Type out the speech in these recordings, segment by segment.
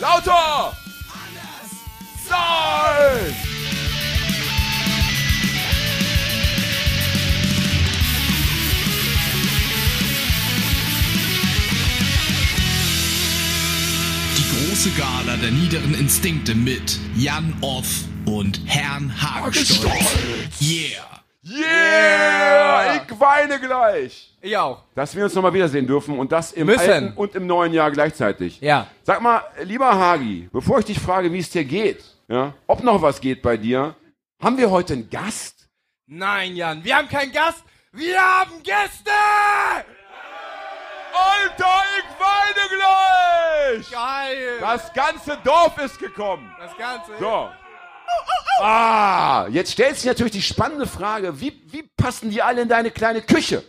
Lauter! Salz! Die große Gala der niederen Instinkte mit Jan Off und Herrn Hagestolz. Yeah! Yeah! Ich weine gleich! Ich auch. Dass wir uns nochmal wiedersehen dürfen und das im Müssen. alten und im neuen Jahr gleichzeitig. Ja. Sag mal, lieber Hagi, bevor ich dich frage, wie es dir geht, ja, ob noch was geht bei dir, haben wir heute einen Gast? Nein, Jan, wir haben keinen Gast, wir haben Gäste! Alter, ich weine gleich! Geil! Das ganze Dorf ist gekommen! Das Ganze. Oh, So. Ah, jetzt stellt sich natürlich die spannende Frage, wie, wie passen die alle in deine kleine Küche?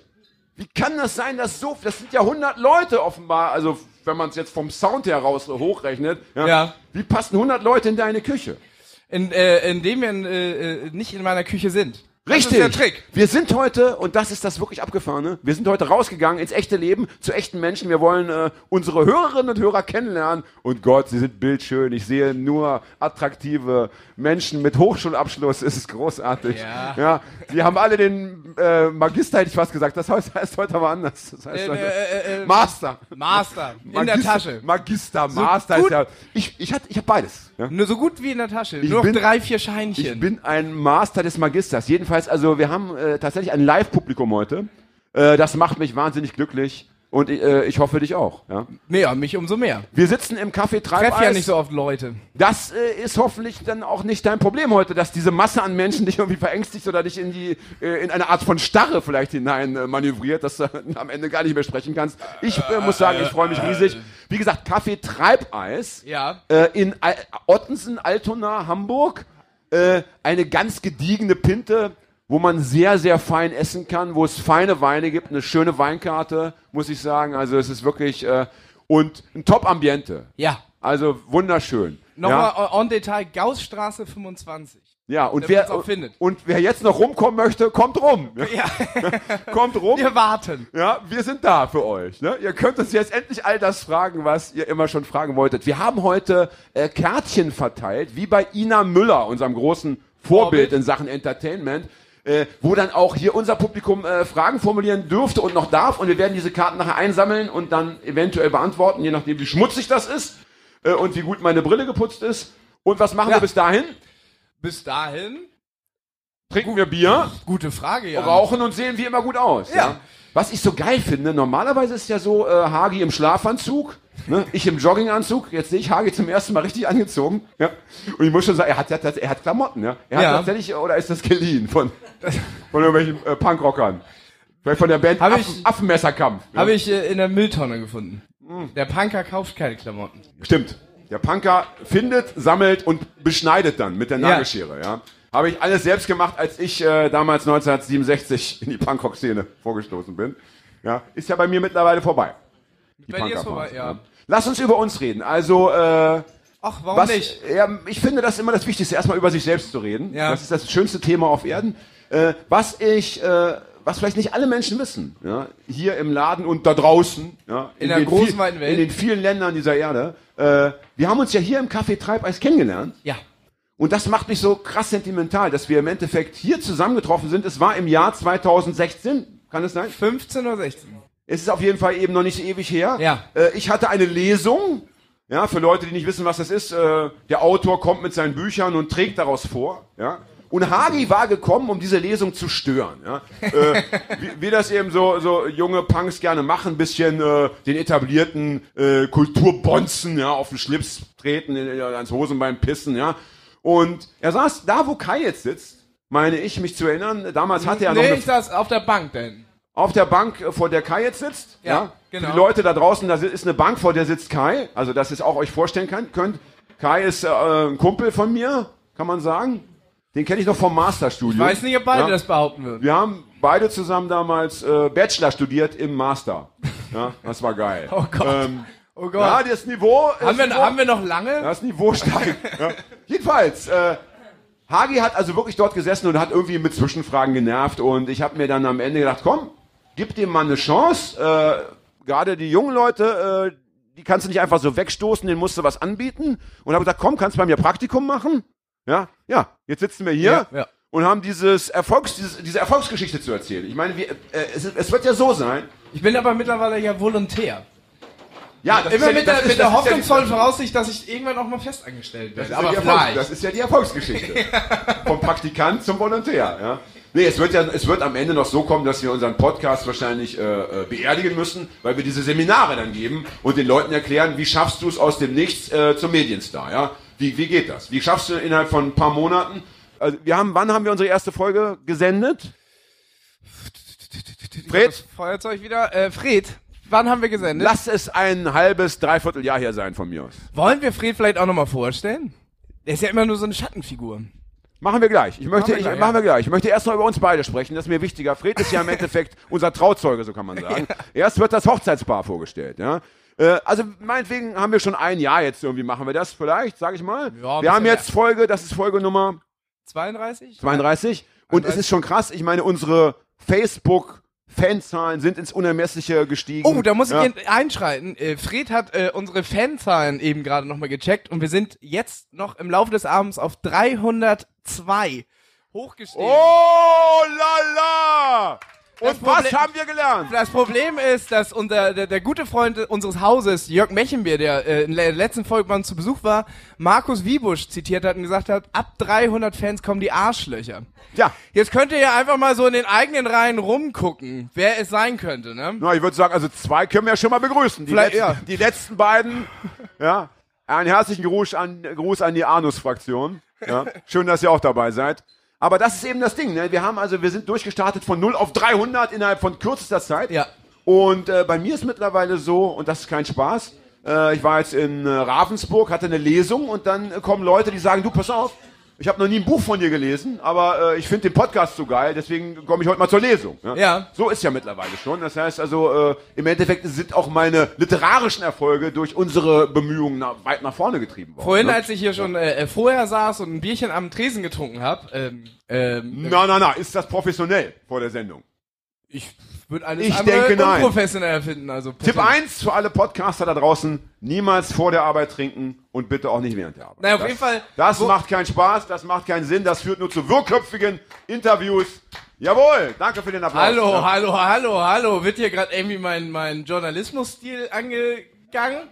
Wie kann das sein, dass so, das sind ja 100 Leute offenbar, also wenn man es jetzt vom Sound her raus äh, hochrechnet. Ja. Wie passen 100 Leute in deine Küche? In, äh, indem wir in, äh, äh, nicht in meiner Küche sind. Richtig. Das ist der Trick. Wir sind heute, und das ist das wirklich Abgefahrene, wir sind heute rausgegangen ins echte Leben, zu echten Menschen. Wir wollen äh, unsere Hörerinnen und Hörer kennenlernen. Und Gott, sie sind bildschön. Ich sehe nur attraktive Menschen mit Hochschulabschluss. Es ist großartig. Ja. die haben alle den äh, Magister, hätte ich fast gesagt. Das heißt, heißt heute aber anders. Das heißt Äh, heute äh, äh, äh, Master. Master. In der Magister- Tasche. Magister, Master. gut- Ist ja, ich ich, hatte- ich habe beides. Ja? Nur so gut wie in der Tasche. Ich Nur noch bin- drei, vier Scheinchen. Ich bin ein Master des Magisters. Jedenfalls, also wir haben äh, tatsächlich ein Live-Publikum heute. Äh, das macht mich wahnsinnig glücklich und äh, ich hoffe dich auch. Ja? nee, ja, mich umso mehr. Wir sitzen im Café Ich Treibeis. treffe ja nicht so oft Leute. Das äh, ist hoffentlich dann auch nicht dein Problem heute, dass diese Masse an Menschen dich irgendwie verängstigt oder dich in die äh, in eine Art von Starre vielleicht hinein äh, manövriert, dass du am Ende gar nicht mehr sprechen kannst. Ich äh, muss sagen, ich freue mich riesig. Wie gesagt, Café Treibeis Ja. äh, in Al Ottensen, Altona, Hamburg. Äh, eine ganz gediegene Pinte, wo man sehr, sehr fein essen kann, wo es feine Weine gibt, eine schöne Weinkarte, muss ich sagen. Also es ist wirklich äh, und ein Top-Ambiente. Ja. Also wunderschön. Nochmal ja. on Detail, Gaussstraße 25. ja, und damit wer man's auch findet. und wer jetzt noch rumkommen möchte, kommt rum. Ja, Kommt rum. wir warten. Ja, wir sind da für euch. Ne? Ihr könnt uns jetzt endlich all das fragen, was ihr immer schon fragen wolltet. Wir haben heute äh, Kärtchen verteilt, wie bei Ina Müller, unserem großen Vorbild, Vorbild. in Sachen Entertainment, äh, wo dann auch hier unser Publikum äh, Fragen formulieren dürfte und noch darf. Und wir werden diese Karten nachher einsammeln und dann eventuell beantworten, je nachdem, wie schmutzig das ist äh, und wie gut meine Brille geputzt ist. Und was machen Ja. wir bis dahin? Bis dahin, Trinken wir Bier? gute Frage, ja. rauchen und sehen wie immer gut aus. Ja. Ja. Was ich so geil finde, normalerweise ist ja so äh, Hagi im Schlafanzug, ne? ich im Jogginganzug. Jetzt sehe ich Hagi zum ersten Mal richtig angezogen. Ja. Und ich muss schon sagen, er hat, er hat, er hat Klamotten. Ja? Er Ja. hat tatsächlich, oder ist das geliehen von, von irgendwelchen äh, Punkrockern? Vielleicht von der Band Hab Affen, ich- Affenmesserkampf. Ja? Habe ich äh, in der Mülltonne gefunden. Mm. Der Punker kauft keine Klamotten. Stimmt. Der Punker findet, sammelt und beschneidet dann mit der Ja. Nagelschere. Ja. Habe ich alles selbst gemacht, als ich äh, damals 1967 in die Punkrock-Szene vorgestoßen bin. Ja. Ist ja bei mir mittlerweile vorbei. Die Bei dir ist vorbei, Punkerphase, ja. ne? Lass uns über uns reden. Also, äh, Ach, warum was, nicht? Ja, ich finde das ist immer das Wichtigste, erstmal über sich selbst zu reden. Ja. Das ist das schönste Thema auf Erden. Äh, was ich, äh, was vielleicht nicht alle Menschen wissen, ja, hier im Laden und da draußen, ja, in, der den großen, viel- weiten Welt. in den vielen Ländern dieser Erde, äh, wir haben uns ja hier im Café Treibeis kennengelernt. Ja. Und das macht mich so krass sentimental, dass wir im Endeffekt hier zusammengetroffen sind. Es war im Jahr 2016, kann es sein? 15 oder 16? Es ist auf jeden Fall eben noch nicht ewig her. Ja. Äh, ich hatte eine Lesung. Ja, für Leute, die nicht wissen, was das ist. Äh, der Autor kommt mit seinen Büchern und trägt daraus vor. Ja. Und Hagi war gekommen, um diese Lesung zu stören. Ja. Äh, wie, wie das eben so, so junge Punks gerne machen, ein bisschen äh, den etablierten äh, Kulturbonzen ja, auf den Schlips treten, in- in- ans Hosenbein pissen. Ja. Und er saß da, wo Kai jetzt sitzt, meine ich, mich zu erinnern. Damals hatte er noch nee, eine ich saß auf der Bank denn. auf der Bank, äh, vor der Kai jetzt sitzt. Ja, Ja, genau. Für die Leute da draußen, da si- ist eine Bank, vor der sitzt Kai. Also, dass ihr es auch euch vorstellen kann, könnt. Kai ist äh, ein Kumpel von mir, kann man sagen. Den kenne ich noch vom Masterstudio. Ich weiß nicht, ob beide ja. das behaupten würden. Wir haben beide zusammen damals äh, Bachelor studiert im Master. Ja, das war geil. Oh Gott. Ähm, Oh Gott. ja, das Niveau. das haben, wir, Niveau- haben wir noch lange? das Niveau steigt. ja. Jedenfalls, äh, Hagi hat also wirklich dort gesessen und hat irgendwie mit Zwischenfragen genervt. Und ich habe mir dann am Ende gedacht, komm, gib dem Mann eine Chance. Äh, Gerade die jungen Leute, äh, die kannst du nicht einfach so wegstoßen, den musst du was anbieten. Und habe gesagt, komm, kannst du bei mir Praktikum machen? Ja, ja, jetzt sitzen wir hier Ja, ja. und haben dieses Erfolgs, dieses, diese Erfolgsgeschichte zu erzählen. Ich meine, wir, äh, es, ist- es wird ja so sein. Ich bin aber mittlerweile ja Volontär. Ja, das Immer ist ja, mit das der, ist- das mit der ist ja die- hoffnungsvollen Voraussicht, dass ich irgendwann auch mal festangestellt Das ist, werde. aber Aber die Erfolgs- vielleicht. das ist ja die Erfolgsgeschichte. Vom Praktikant zum Volontär. Ja? Nee, es wird, ja, es wird am Ende noch so kommen, dass wir unseren Podcast wahrscheinlich äh, äh, beerdigen müssen, weil wir diese Seminare dann geben und den Leuten erklären, wie schaffst du es aus dem Nichts äh, zum Medienstar. Ja? Wie, wie geht das? Wie schaffst du innerhalb von ein paar Monaten? Also wir haben, wann haben wir unsere erste Folge gesendet? Fred? Das Feuerzeug wieder. Äh, Fred, wann haben wir gesendet? Lass es ein halbes, dreiviertel Jahr her sein von mir aus. Wollen wir Fred vielleicht auch nochmal vorstellen? Der ist ja immer nur so eine Schattenfigur. Machen wir gleich. Ich möchte, Machen wir ich, gleich, machen ja. wir gleich. Ich möchte erst noch über uns beide sprechen. Das ist mir wichtiger. Fred ist ja im Endeffekt unser Trauzeuge, so kann man sagen. Erst wird das Hochzeitspaar vorgestellt, ja. Äh, Also meinetwegen haben wir schon ein Jahr jetzt irgendwie machen wir das vielleicht, sag ich mal. Ja, ein wir haben bisschen jetzt Folge, das ist Folge Nummer 32? 32 und es 32. ist schon krass. Ich meine, unsere Facebook Fanzahlen sind ins Unermessliche gestiegen. Oh, da muss ich Mhm. ja. jetzt einschreiten. Äh, Fred hat äh, unsere Fanzahlen eben gerade nochmal gecheckt und wir sind jetzt noch im Laufe des Abends auf 302 hochgestiegen. Oh la la! Das Und was Problem- haben wir gelernt? Das Problem ist, dass unser, der, der gute Freund unseres Hauses, Jörg Mechenbier, der äh, in der letzten Folge bei uns zu Besuch war, Markus Wiebusch zitiert hat und gesagt hat, ab 300 Fans kommen die Arschlöcher. Ja. Jetzt könnt ihr ja einfach mal so in den eigenen Reihen rumgucken, wer es sein könnte, ne? Na, ich würde sagen, also zwei können wir ja schon mal begrüßen. Die, Vielleicht, letzten, ja. die letzten beiden. Ja. Einen herzlichen Gruß an, Gruß an die Anus-Fraktion. Ja. Schön, dass ihr auch dabei seid. Aber das ist eben das Ding. Ne? Wir haben also, wir sind durchgestartet von 0 auf 300 innerhalb von kürzester Zeit. Ja. Und äh, bei mir ist mittlerweile so, und das ist kein Spaß, äh, ich war jetzt in äh, Ravensburg, hatte eine Lesung und dann äh, kommen Leute, die sagen, du, pass auf, ich habe noch nie ein Buch von dir gelesen, aber äh, ich finde den Podcast so geil, deswegen komme ich heute mal zur Lesung. ne? Ja. So ist ja mittlerweile schon. Das heißt also, äh, im Endeffekt sind auch meine literarischen Erfolge durch unsere Bemühungen nach, weit nach vorne getrieben worden. Vorhin, ne? als ich hier schon äh, äh, vorher saß und ein Bierchen am Tresen getrunken habe, ähm, ähm, Na, na, na, ist das professionell vor der Sendung? ich würde alles Ich andere denke, nein. unprofessionell finden. Also Tipp 1 für alle Podcaster da draußen, niemals vor der Arbeit trinken und bitte auch nicht während der Arbeit. Na, auf das, jeden Fall- Das wo- macht keinen Spaß, das macht keinen Sinn, das führt nur zu wirrköpfigen Interviews. Jawohl, danke für den Applaus. Hallo, Ja. hallo, hallo, hallo. Wird hier gerade irgendwie mein, mein Journalismusstil angegangen?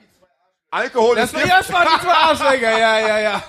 Alkohol Das ist war Gift. das waren die zwei Arschläger, ja, ja, ja.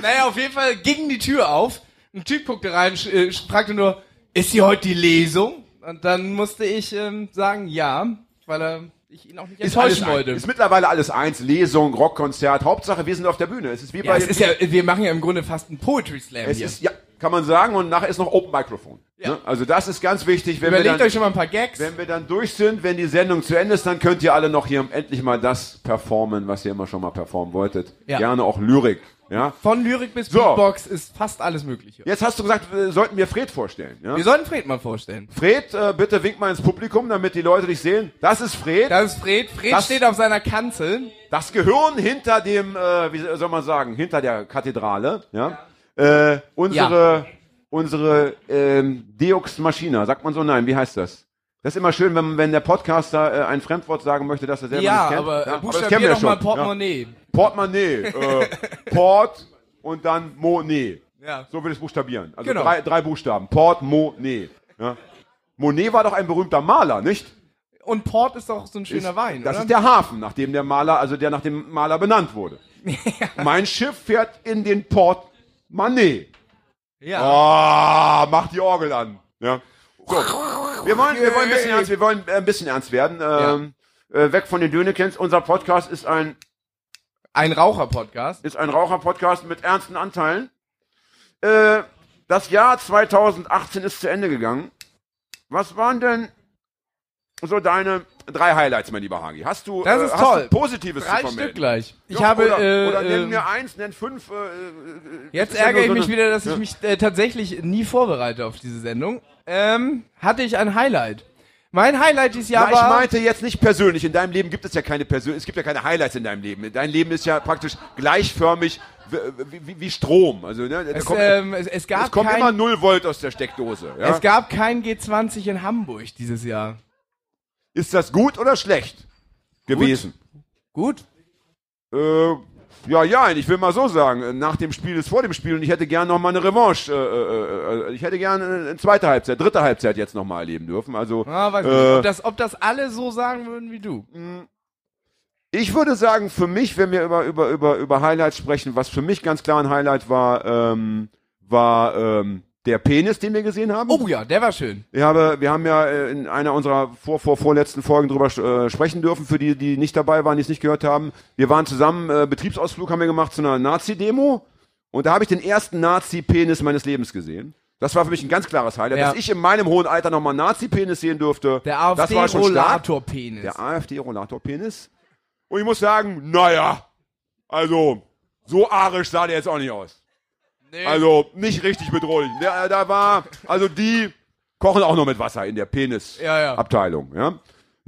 Naja, auf jeden Fall ging die Tür auf. Ein Typ guckte rein, sch- äh, fragte nur, ist hier heute die Lesung? Und dann musste ich ähm, sagen, ja, weil er, ich ihn auch nicht Ist, alles enttäuschen ein, wollte. ist mittlerweile alles eins, Lesung, Rockkonzert, Hauptsache wir sind auf der Bühne. Es ist wie ja, bei es ist ja, wir machen ja im Grunde fast einen Poetry Slam Es hier. ist, ja, kann man sagen, und nachher ist noch Open Microphone. Ne? Also das ist ganz wichtig, wenn wir, Überlegt dann, euch schon mal ein paar Gags. wenn wir dann durch sind, wenn die Sendung zu Ende ist, dann könnt ihr alle noch hier endlich mal das performen, was ihr immer schon mal performen wolltet. Ja. Gerne auch Lyrik. Ja? Von Lyrik bis So. Beatbox ist fast alles möglich. hier. Jetzt hast du gesagt, wir sollten wir Fred vorstellen. Ja? Wir sollten Fred mal vorstellen. Fred, äh, bitte wink mal ins Publikum, damit die Leute dich sehen. Das ist Fred, Das ist Fred. Fred Das- steht auf seiner Kanzel. das Gehirn hinter dem, äh, wie soll man sagen, hinter der Kathedrale. Ja? Äh, unsere unsere ähm, Deux Machina, sagt man so? Nein, wie heißt das? Das ist immer schön, wenn, wenn der Podcaster äh, ein Fremdwort sagen möchte, das er selber Ja, nicht kennt. aber äh, das buchstabier kennen wir doch mal schon. Portemonnaie. Ja. Portemonnaie. Äh, Port und dann Monet. Ja. So will es buchstabieren. Also Genau. drei, drei Buchstaben. Portemonnaie. Ja. Monet war doch ein berühmter Maler, nicht? Und Port ist doch so ein schöner Wein, Das oder? ist der Hafen, nach dem der Maler, also der nach dem Maler benannt wurde. Mein Schiff fährt in den Port Manet. ja. Ah, mach die Orgel an. Ja. So. Wir, wollen, wir, wollen ein bisschen ernst, wir wollen äh, ein bisschen ernst werden. Ähm, äh, weg von den Dönekens. Unser Podcast ist ein, Ein Raucher-Podcast. ist ein Raucher-Podcast mit ernsten Anteilen. Äh, das Jahr 2018 ist zu Ende gegangen. Was waren denn so deine drei Highlights, mein lieber Hagi? Hast du, äh, Das ist hast toll. du Positives Drei zu Stück vermelden? gleich. Ich Ja, habe. oder, äh, oder äh, nenn mir eins, nenn fünf. Äh, jetzt ist ja ärgere nur so ich mich eine- wieder, dass ich Ja. mich äh, tatsächlich nie vorbereite auf diese Sendung. Ähm, hatte ich ein Highlight. Mein Highlight dieses Jahr Na, ich war. meinte jetzt nicht persönlich. In deinem Leben gibt es ja keine persönlich. Es gibt ja keine Highlights in deinem Leben. Dein Leben ist ja praktisch gleichförmig wie, wie, wie Strom. Also ne, da es, kommt, ähm, es, es gab es kommt kein, immer 0 Volt aus der Steckdose. Ja? es gab kein G20 in Hamburg dieses Jahr. Ist das gut oder schlecht gewesen? Gut. Äh, ja, ja, ich will mal so sagen, äh, nach dem Spiel ist vor dem Spiel und ich hätte gern noch mal eine Revanche. Äh, äh, äh, ich hätte gern eine zweite Halbzeit, dritte Halbzeit jetzt noch mal erleben dürfen. Also Ah, weiß nicht, ob, das, ob das alle so sagen würden wie du. Hm. Ich würde sagen, für mich, wenn wir über, über, über, über Highlights sprechen, was für mich ganz klar ein Highlight war, ähm, war ähm, der Penis, den wir gesehen haben. Oh ja, der war schön. Ich habe, wir haben ja äh, in einer unserer vor, vor, vorletzten Folgen drüber äh, sprechen dürfen, für die, die nicht dabei waren, die es nicht gehört haben. Wir waren zusammen, äh, Betriebsausflug haben wir gemacht zu einer Nazi-Demo und da habe ich den ersten Nazi-Penis meines Lebens gesehen. Das war für mich ein ganz klares Highlight, Ja. dass ich in meinem hohen Alter nochmal einen Nazi-Penis sehen durfte. Der das war schon stark. AfD-Rollator-Penis. Der AfD-Rollator-Penis. Und ich muss sagen, naja, also, so arisch sah der jetzt auch nicht aus. Nee. Also, nicht richtig bedrohlich. Der, äh, da war, also die kochen auch noch mit Wasser in der Ja, ja. Penis-Abteilung. Ja,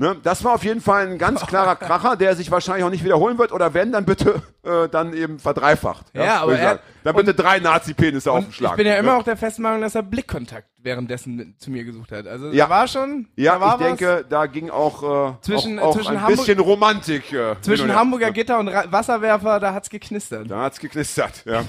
Ne, das war auf jeden Fall ein ganz klarer Kracher, der sich wahrscheinlich auch nicht wiederholen wird. Oder wenn, dann bitte äh, dann eben verdreifacht. Ja, aber würde ich er- sagen. Dann bitte drei Nazi-Penisse auf dem Schlag. Ich bin ja ne? immer auch der festen Meinung, dass er Blickkontakt währenddessen zu mir gesucht hat. Also Ja. da war schon, ja, da war ich denke, da ging auch, äh, Zwischen- auch, auch zwischen ein Hamburg- bisschen Romantik. Äh, was. Zwischen hin und her. Hamburger Gitter und Ra Wasserwerfer, da hat's geknistert. Da hat's geknistert, ja.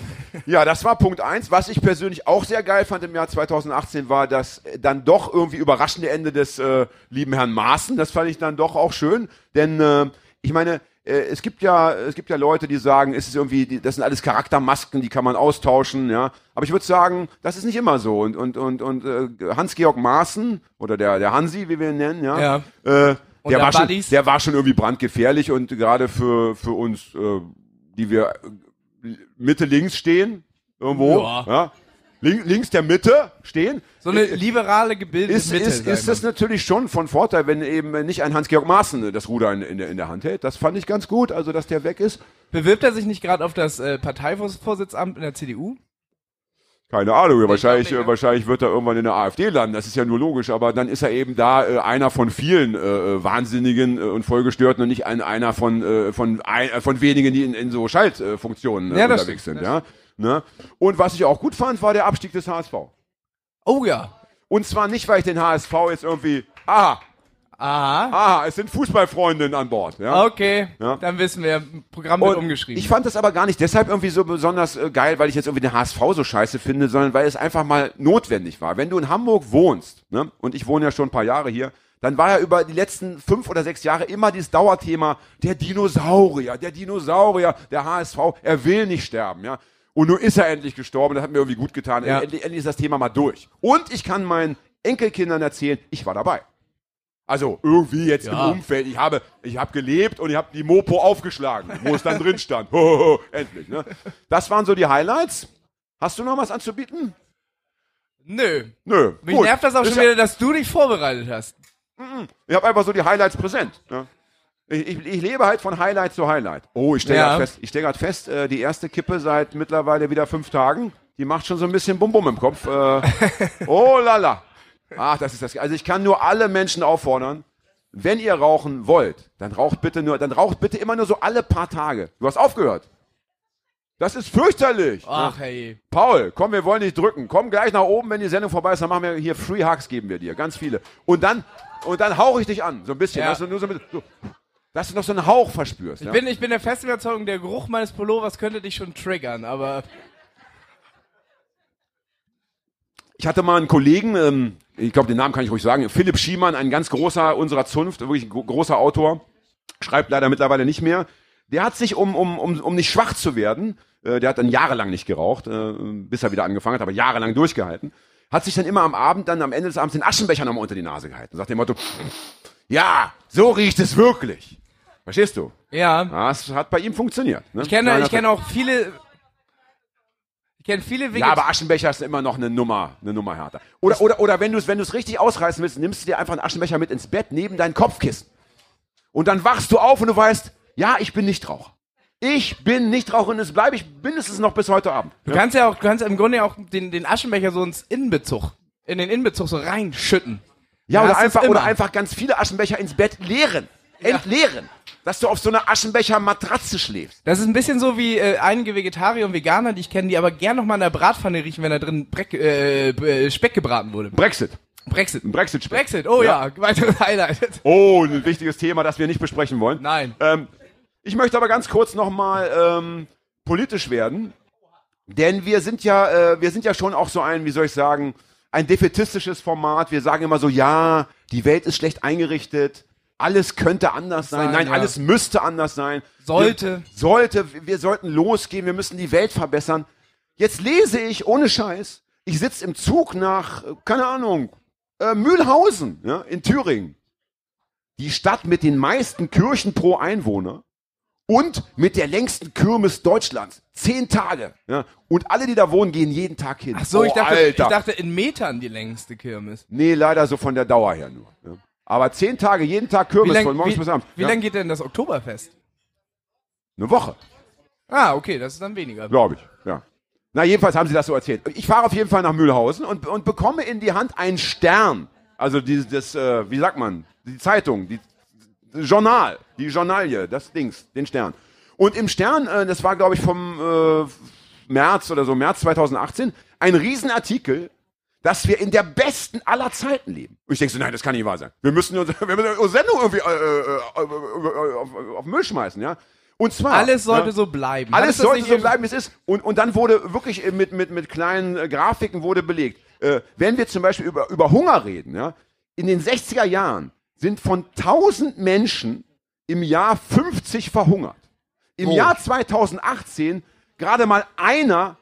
ja, das war Punkt eins. Was ich persönlich auch sehr geil fand im Jahr 2018 war das äh, dann doch irgendwie überraschende Ende des äh, lieben Herrn Maaßen. Das fand ich dann doch auch schön, denn äh, ich meine, äh, es gibt ja es gibt ja Leute, die sagen, es ist irgendwie die, das sind alles Charaktermasken, die kann man austauschen, ja, aber ich würde sagen, das ist nicht immer so und und und und äh, Hans-Georg Maaßen oder der der Hansi, wie wir ihn nennen, Ja. ja. Äh, Und der, der war schon, Buddies? der war schon irgendwie brandgefährlich und gerade für, für uns, äh, die wir äh, Mitte links stehen, irgendwo, Ja. ja. Link, links der Mitte stehen, So eine liberale gebildete Äh, ist, Mitte. ist, sag ist ich das mal. natürlich schon von Vorteil, wenn eben nicht ein Hans-Georg Maaßen das Ruder in, in, der- in der Hand hält. Das fand ich ganz gut, also dass der weg ist. Bewirbt er sich nicht gerade auf das äh, Parteivorsitzamt in der CDU? Keine Ahnung, wahrscheinlich, nicht, ja. äh, wahrscheinlich wird er irgendwann in der AfD landen, das ist ja nur logisch, aber dann ist er eben da äh, einer von vielen äh, äh, Wahnsinnigen äh, und Vollgestörten und nicht ein, einer von, äh, von, ein, äh, von wenigen, die in, in so Schaltfunktionen äh, Funktionen, äh, Ja, das unterwegs stimmt, sind. Ja? Ne? Und was ich auch gut fand, war der Abstieg des HSV. Oh ja. Und zwar nicht, weil ich den HSV jetzt irgendwie, aha, Aha. aha, es sind Fußballfreundinnen an Bord. Ja? Okay, Ja. dann wissen wir, Programm wird Und umgeschrieben. Ich fand das aber gar nicht deshalb irgendwie so besonders äh, geil, weil ich jetzt irgendwie den HSV so scheiße finde, sondern weil es einfach mal notwendig war. Wenn du in Hamburg wohnst, ne, und ich wohne ja schon ein paar Jahre hier, dann war ja über die letzten fünf oder sechs Jahre immer dieses Dauerthema, der Dinosaurier, der Dinosaurier, der HSV, er will nicht sterben, ja. Und nun ist er endlich gestorben, das hat mir irgendwie gut getan. Ja. Endlich, endlich ist das Thema mal durch. Und ich kann meinen Enkelkindern erzählen, ich war dabei. Also irgendwie jetzt im Umfeld. Ich habe, ich habe gelebt und ich habe die Mopo aufgeschlagen, wo es dann drin stand. Hohoho, Endlich. Ne? Das waren so die Highlights. Hast du noch was anzubieten? Nö. Nö. Mich gut. nervt das auch Ist schon ja- wieder, dass du dich vorbereitet hast. Ich habe einfach so die Highlights präsent. Ne? Ich, ich, ich lebe halt von Highlight zu Highlight. Oh, ich stelle Ja. gerade fest, ich stell grad fest äh, die erste Kippe seit mittlerweile wieder fünf Tagen. Die macht schon so ein bisschen Bum-Bum im Kopf. Äh, oh lala. Ach, das ist das. Also ich kann nur alle Menschen auffordern, wenn ihr rauchen wollt, dann raucht bitte nur, dann raucht bitte immer nur so alle paar Tage. Du hast aufgehört. Das ist fürchterlich. Ach, hey. Paul, komm, wir wollen dich drücken. Komm gleich nach oben, wenn die Sendung vorbei ist, dann machen wir hier Free Hugs, geben wir dir, ganz viele. Und dann, und dann hauche ich dich an, so ein bisschen, Ja. dass, du nur so ein bisschen so, dass du noch so einen Hauch verspürst. Ja? Ich bin, ich bin der festen Überzeugung, der Geruch meines Pullovers könnte dich schon triggern, aber Ich hatte mal einen Kollegen, ähm, ich glaube, den Namen kann ich ruhig sagen, Philipp Schiemann, ein ganz großer unserer Zunft, wirklich ein gro- großer Autor, schreibt leider mittlerweile nicht mehr. Der hat sich, um, um, um, um nicht schwach zu werden, äh, der hat dann jahrelang nicht geraucht, äh, bis er wieder angefangen hat, aber jahrelang durchgehalten, hat sich dann immer am Abend, dann am Ende des Abends den Aschenbecher nochmal unter die Nase gehalten. Sagt dem Motto, ja, so riecht es wirklich. Verstehst du? ja. Das hat bei ihm funktioniert. Ne? Ich kenne, Kleiner ich kenne auch viele. Ich kenne viele Wege. Ja, aber Aschenbecher ist immer noch eine Nummer, eine Nummer härter. Oder, oder, oder wenn du es wenn du's richtig ausreißen willst, nimmst du dir einfach einen Aschenbecher mit ins Bett neben dein Kopfkissen. Und dann wachst du auf und du weißt, ja, ich bin Nichtraucher. Ich bin Nichtraucher und es bleibe ich mindestens noch bis heute Abend. du kannst ja auch, du kannst im Grunde auch den, den Aschenbecher so ins Innenbezug, in den Innenbezug so reinschütten. Ja, oder das ist einfach, immer. oder einfach ganz viele Aschenbecher ins Bett leeren. Entleeren. Dass du auf so einer Aschenbecher-Matratze schläfst. Das ist ein bisschen so wie äh, einige Vegetarier und Veganer, die ich kenne, die aber gern nochmal in der Bratpfanne riechen, wenn da drin Breck, äh, äh, Speck gebraten wurde. Brexit. Brexit. oh Ein Brexit-Spiel. Brexit, oh ja, weiteres Highlight. Oh, ein wichtiges Thema, das wir nicht besprechen wollen. Nein. Ähm, Ich möchte aber ganz kurz nochmal ähm, politisch werden, denn wir sind ja, äh, wir sind ja schon auch so ein, wie soll ich sagen, ein defetistisches Format. Wir sagen immer so, ja, die Welt ist schlecht eingerichtet, alles könnte anders sein, Sein, nein, ja. alles müsste anders sein. Sollte. Wir, sollte, wir sollten losgehen, wir müssen die Welt verbessern. Jetzt lese ich, ohne Scheiß, ich sitze im Zug nach, äh, keine Ahnung, äh, Mühlhausen ja, in Thüringen. Die Stadt mit den meisten Kirchen pro Einwohner und mit der längsten Kirmes Deutschlands. Zehn Tage. Ja. Und alle, die da wohnen, gehen jeden Tag hin. Ach so, ich, Oh, dachte, ich Alter. dachte in Metern die längste Kirmes. Nee, leider so von der Dauer her nur. Ja. Aber zehn Tage, jeden Tag Kirmes, lang- von morgens wie, bis abends. wie ja. lang geht denn das Oktoberfest? Eine Woche. Ah, okay, das ist dann weniger. Glaube ich, ja. Na, jedenfalls haben sie das so erzählt. Ich fahre auf jeden Fall nach Mühlhausen und, und bekomme in die Hand einen Stern. Also dieses, das, äh, wie sagt man, die Zeitung, die das Journal, die Journalie, das Dings, den Stern. Und im Stern, äh, das war glaube ich vom äh, März oder so, März 2018, ein Riesenartikel, dass wir in der besten aller Zeiten leben. Und ich denke so, nein, das kann nicht wahr sein. Wir müssen unsere, wir müssen unsere Sendung irgendwie äh, äh, äh, auf, auf Müll schmeißen, ja. Und zwar ne? Alles sollte ja, so bleiben. alles Hattest du das sollte nicht so eben- bleiben, wie es ist. Und, und dann wurde wirklich äh, mit, mit, mit kleinen äh, Grafiken wurde belegt. Äh, wenn wir zum Beispiel über, über Hunger reden, ja, in den 60er Jahren sind von 1000 Menschen im Jahr 50 verhungert. Im Oh. Jahr 2018 gerade mal einer,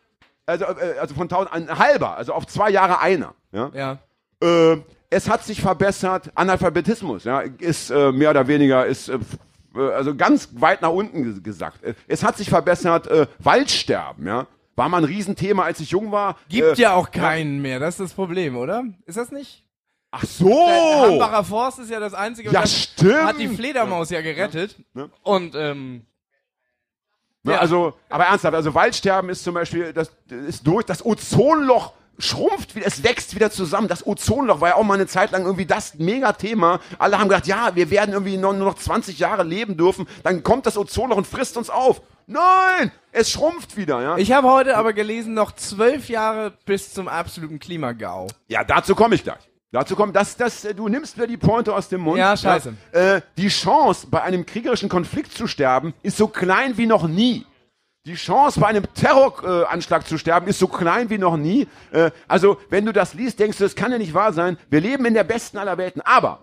also, äh, also von 1000, ein halber, also auf zwei Jahre einer. Ja? Ja. äh, es hat sich verbessert, Analphabetismus ja, ist äh, mehr oder weniger, ist äh, f- äh, also ganz weit nach unten ges- gesagt. Äh, Es hat sich verbessert, äh, Waldsterben, ja. War mal ein Riesenthema, als ich jung war. Gibt äh, ja auch keinen mehr, das ist das Problem, oder? Ist das nicht? Ach so! Der Äh, Hambacher Forst ist ja das einzige, Oh! Ja, das stimmt. hat die Fledermaus ja gerettet. Ja. Und ähm, Ne, Ja. Also, aber ernsthaft, also Waldsterben ist zum Beispiel, das ist durch, das Ozonloch schrumpft wieder, es wächst wieder zusammen. Das Ozonloch war ja auch mal eine Zeit lang irgendwie das Mega-Thema. Alle haben gedacht, ja, wir werden irgendwie noch, nur noch 20 Jahre leben dürfen, dann kommt das Ozonloch und frisst uns auf. Nein, es schrumpft wieder, ja. ich habe heute aber gelesen, noch zwölf Jahre bis zum absoluten Klimagau. ja, dazu komme ich gleich. Dazu kommt, dass, dass äh, du nimmst mir die Pointe aus dem Mund. Ja, scheiße. Ja, äh, die Chance, bei einem kriegerischen Konflikt zu sterben, ist so klein wie noch nie. Die Chance, bei einem Terroranschlag äh, Anschlag zu sterben, ist so klein wie noch nie. Äh, also, wenn du das liest, denkst du, das kann ja nicht wahr sein. Wir leben in der besten aller Welten. Aber,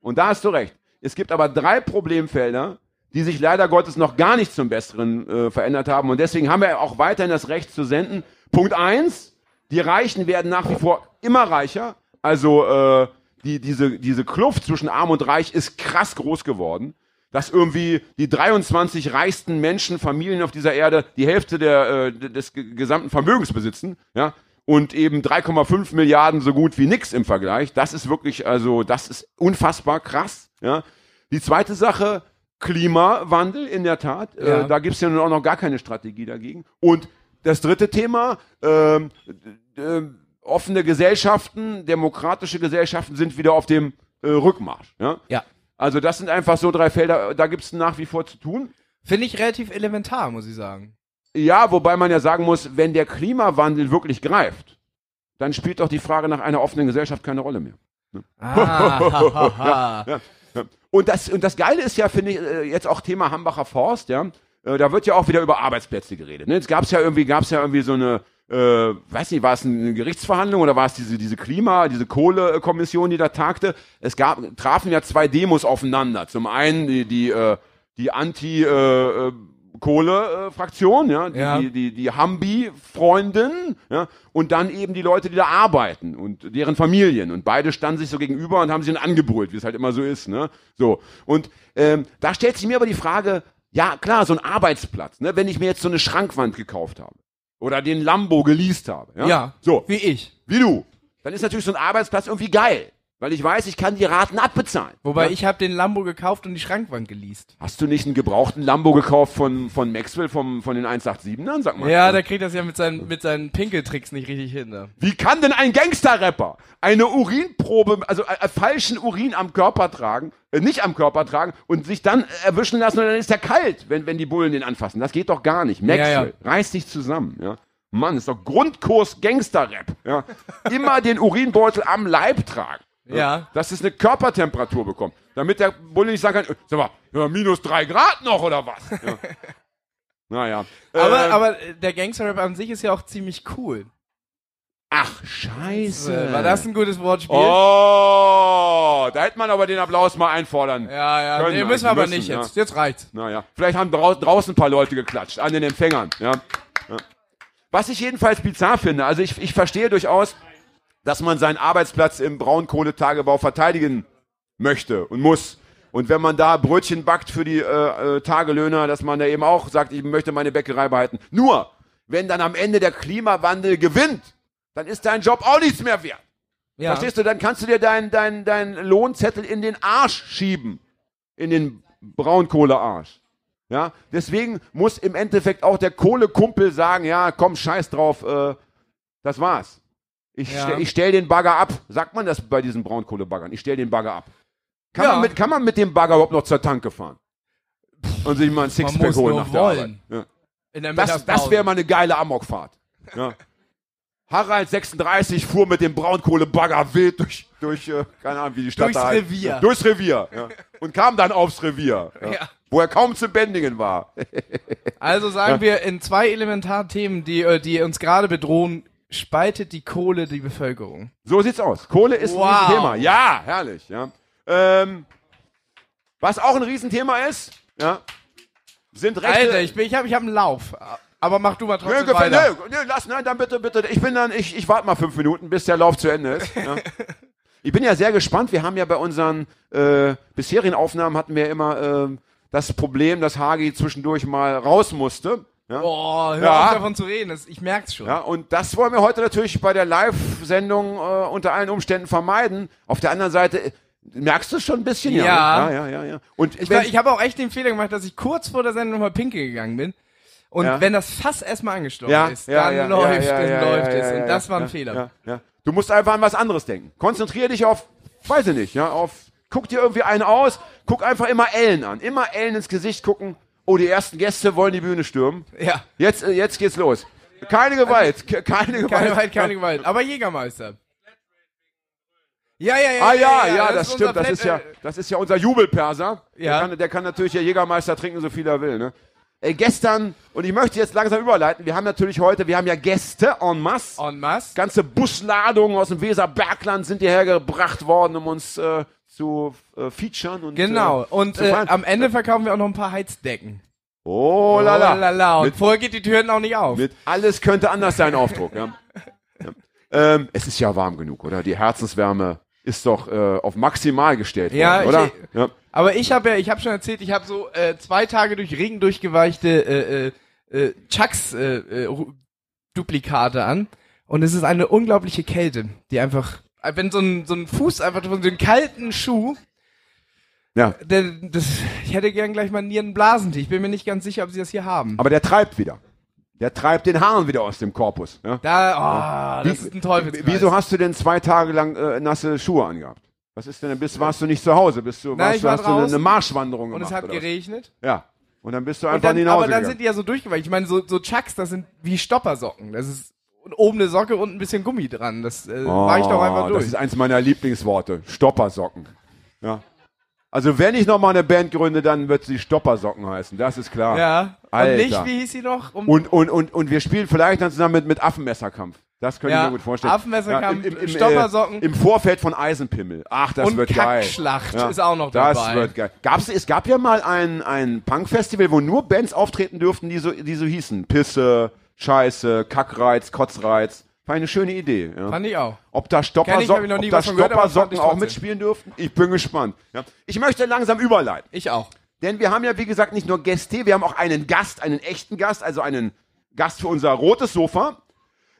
und da hast du recht, es gibt aber drei Problemfelder, die sich leider Gottes noch gar nicht zum Besseren äh, verändert haben. Und deswegen haben wir auch weiterhin das Recht zu senden. Punkt eins, die Reichen werden nach wie vor immer reicher. Also, äh, die, diese, diese Kluft zwischen Arm und Reich ist krass groß geworden dass irgendwie die 23 reichsten Menschen, Familien auf dieser Erde die Hälfte der, äh, des ge- gesamten Vermögens besitzen, ja, und eben 3,5 Milliarden so gut wie nix im Vergleich. Das ist wirklich, also, das ist unfassbar krass, ja. Die zweite Sache, Klimawandel in der Tat, Ja. äh, da gibt's ja nun auch noch gar keine Strategie dagegen. Und das dritte Thema, ähm, d- d- offene Gesellschaften, demokratische Gesellschaften sind wieder auf dem äh, Rückmarsch, ja. Ja. Also das sind einfach so drei Felder, da gibt's nach wie vor zu tun. Finde ich relativ elementar, muss ich sagen. Ja, wobei man ja sagen muss, wenn der Klimawandel wirklich greift, dann spielt doch die Frage nach einer offenen Gesellschaft keine Rolle mehr. Ah, Ja, ja. Und, das, und das Geile ist ja, finde ich, äh, jetzt auch Thema Hambacher Forst, ja, äh, da wird ja auch wieder über Arbeitsplätze geredet. Ne? Jetzt gab's ja irgendwie, gab's ja irgendwie so eine, äh, weiß nicht, war es eine Gerichtsverhandlung oder war es diese, diese Klima, diese Kohlekommission, die da tagte? Es gab, trafen ja zwei Demos aufeinander. Zum einen die, die, äh, die Anti- äh, äh, Kohle-Fraktion, ja, die, Ja. die, die, die Hambi-Freundin, ja, und dann eben die Leute, die da arbeiten und deren Familien. Und beide standen sich so gegenüber und haben sich dann angebrüllt, wie es halt immer so ist, ne? So. Und ähm, da stellt sich mir aber die Frage, ja, klar, so ein Arbeitsplatz, ne, wenn ich mir jetzt so eine Schrankwand gekauft habe oder den Lambo geleast habe. Ja. ja, So, wie ich. wie du. Dann ist natürlich so ein Arbeitsplatz irgendwie geil. Weil ich weiß, ich kann die Raten abbezahlen. Wobei ja? ich habe den Lambo gekauft und die Schrankwand geleast. Hast du nicht einen gebrauchten Lambo gekauft von, von Maxwell, vom, von den 187ern, sag mal? Ja, der kriegt das ja mit seinen, mit seinen Pinkeltricks nicht richtig hin. Ne? Wie kann denn ein Gangster-Rapper eine Urinprobe, also äh, äh, falschen Urin am Körper tragen, äh, nicht am Körper tragen und sich dann äh, erwischen lassen und dann ist er kalt, wenn, wenn die Bullen den anfassen. Das geht doch gar nicht. Maxwell, Ja, ja. reiß dich zusammen, ja. Mann, ist doch Grundkurs Gangster-Rap, ja. Immer den Urinbeutel am Leib tragen. ne? Ja. Dass es eine Körpertemperatur bekommt. Damit der Bulle nicht sagen kann, äh, sag mal, ja, minus drei Grad noch oder was? Ja. naja. Aber, Äh, aber äh, der Gangster-Rap an sich ist ja auch ziemlich cool. ach, Äh, scheiße. War das ein gutes Wortspiel? Oh, da hätte man aber den Applaus mal einfordern. Ja, ja, Können nee, müssen eigentlich, wir aber müssen, nicht ja. jetzt. Jetzt reicht's. Naja, vielleicht haben drau draußen ein paar Leute geklatscht, an den Empfängern. Ja. Ja. Was ich jedenfalls bizarr finde, also ich, ich verstehe durchaus, dass man seinen Arbeitsplatz im Braunkohletagebau verteidigen möchte und muss. Und wenn man da Brötchen backt für die äh, äh, Tagelöhner, dass man da eben auch sagt, ich möchte meine Bäckerei behalten. Nur, wenn dann am Ende der Klimawandel gewinnt, dann ist dein Job auch nichts mehr wert. Ja. Verstehst du, dann kannst du dir deinen dein, dein Lohnzettel in den Arsch schieben. In den Braunkohlearsch. Ja, deswegen muss im Endeffekt auch der Kohlekumpel sagen, ja, komm, scheiß drauf, äh, das war's. Ich, Ja. stell, ich stell den Bagger ab. Sagt man das bei diesen Braunkohlebaggern? Ich stell den Bagger ab. Kann, Ja. man mit, kann man mit dem Bagger überhaupt noch zur Tanke fahren? Und sich mal ein Sixpack muss holen nur nach wollen. der Arbeit. Ja. In der Das, das Mittagspause. wäre mal eine geile Amokfahrt. Ja. Harald 36 fuhr mit dem Braunkohlebagger wild durch, durch äh, keine Ahnung, wie die Stadt Durchs da heißt. Revier. Ja, durchs Revier. Ja. Und kam dann aufs Revier, ja, Ja. wo er kaum zu bändigen war. Also sagen wir, in zwei Elementarthemen, die, äh, die uns gerade bedrohen, spaltet die Kohle die Bevölkerung. So sieht's aus. Kohle ist Wow. ein Riesenthema. Ja, herrlich. Ja. Ähm, was auch ein Riesenthema ist, ja, sind Rechte. Alter, ich, bin, ich habe ich hab einen Lauf. Aber mach du mal Nö, trotzdem nö, weiter. nö, lass, nein, dann bitte, bitte. Ich bin dann, ich, ich warte mal fünf Minuten, bis der Lauf zu Ende ist. Ja. Ich bin ja sehr gespannt. Wir haben ja bei unseren äh, bisherigen Aufnahmen hatten wir immer ähm, das Problem, dass Hagi zwischendurch mal raus musste. Ja. Boah, Oh, hör Ja. auf davon zu reden. Das, ich merk's schon. Ja, und das wollen wir heute natürlich bei der Live-Sendung äh, unter allen Umständen vermeiden. Auf der anderen Seite äh, merkst du es schon ein bisschen, ja, Ja. ne? ja, ja, ja. ja. Und Ich, war- ich habe auch echt den Fehler gemacht, dass ich kurz vor der Sendung mal pinke gegangen bin. Und Ja. wenn das Fass erstmal angeschlossen ja, ist, ja, dann ja, läuft ja, es, ja, läuft ja, es. ja, Und ja, das war ein ja, Fehler. Ja, ja. Du musst einfach an was anderes denken. Konzentriere dich auf, weiß ich nicht, ja, auf, guck dir irgendwie einen aus, guck einfach immer Ellen an. Immer Ellen ins Gesicht gucken. Oh, die ersten Gäste wollen die Bühne stürmen. Ja. Also, Jetzt, äh, jetzt geht's los. Keine Gewalt, ke- keine Gewalt. Keine Gewalt, keine Gewalt. Aber Jägermeister. Ja, ja, ja. Ah ja, ja, das, ist unser stimmt. Das Flat- ist ja, äh, das ist ja unser Jubelperser. Ja. Der, kann, der kann natürlich ja Jägermeister trinken, so viel er will. Ne? Äh, gestern, und ich möchte jetzt langsam überleiten, wir haben natürlich heute, wir haben ja Gäste en masse. äh, En masse. Ganze Busladungen aus dem Weserbergland sind hierher gebracht worden, um uns äh, zu äh, featuren. Und, Genau. Äh, Und zu äh, feiern. am Ende verkaufen wir auch noch ein paar Heizdecken. oh la la. Oh, lala. Und Mit- vorher geht die Türen auch nicht auf. Mit alles könnte anders sein Aufdruck. Ja. Ja. Ähm, es ist ja warm genug, oder? Die Herzenswärme ist doch äh, auf maximal gestellt worden, Ja, ich- oder? ja. Aber ich habe ja, ich habe schon erzählt, ich habe so äh, zwei Tage durch Regen durchgeweichte äh, äh, äh, Chucks äh, äh, Ru- Duplikate an. Und es ist eine unglaubliche Kälte, die einfach, äh, wenn so ein, so ein Fuß einfach von so einem kalten Schuh, ja. der, das, ich hätte gern gleich mal Nierenblasentee. Ich bin mir nicht ganz sicher, ob sie das hier haben. Aber der treibt wieder. Der treibt den Haaren wieder aus dem Korpus. Ja? Da, oh, das ist ein Teufelskreis. Wieso hast du denn zwei Tage lang äh, nasse Schuhe angehabt? Was ist denn? Bist, warst du nicht zu Hause? Bist du, warst, ich du war hast du eine, eine draußen Marschwanderung Und gemacht? es hat oder was? geregnet. Ja. Und dann bist du Und einfach dann, nicht nach Hause aber dann gegangen. sind die ja so durchgeweicht. Ich meine, so, so Chucks, das sind wie Stoppersocken. Das ist und oben eine Socke und ein bisschen Gummi dran. Das äh, weicht auch einfach Oh, Das durch. ist eins meiner Lieblingsworte. Stoppersocken. Ja. Also wenn ich nochmal eine Band gründe, dann wird sie Stoppersocken heißen. Das ist klar. Ja. Alter. Und nicht, wie hieß sie noch? Um, Und, und, und, und wir spielen vielleicht dann zusammen mit, mit Affenmesserkampf. Das könnte Ja, ich mir gut vorstellen. Affenmesserkampf, im, im, im, Stoppersocken. Äh, Im Vorfeld von Eisenpimmel. Ach, das Und wird Kackschlacht geil. Ja, ist auch noch dabei. Das wird geil. Gab's, es gab ja mal ein, ein Punk-Festival, wo nur Bands auftreten durften, die so, die so hießen. Pisse, Scheiße, Kackreiz, Kotzreiz. War eine schöne Idee. Ja. fand ich auch. Ob da Kenn ich, hab ich Stoppersocken, noch nie ob da was von gehört, aber fand Stoppersocken ich auch trotzdem. mitspielen dürften? Ich bin gespannt. Ja. Ich möchte langsam überleiten. Ich auch. Denn wir haben ja, wie gesagt, nicht nur Gäste, wir haben auch einen Gast, einen echten Gast, also einen Gast für unser rotes Sofa.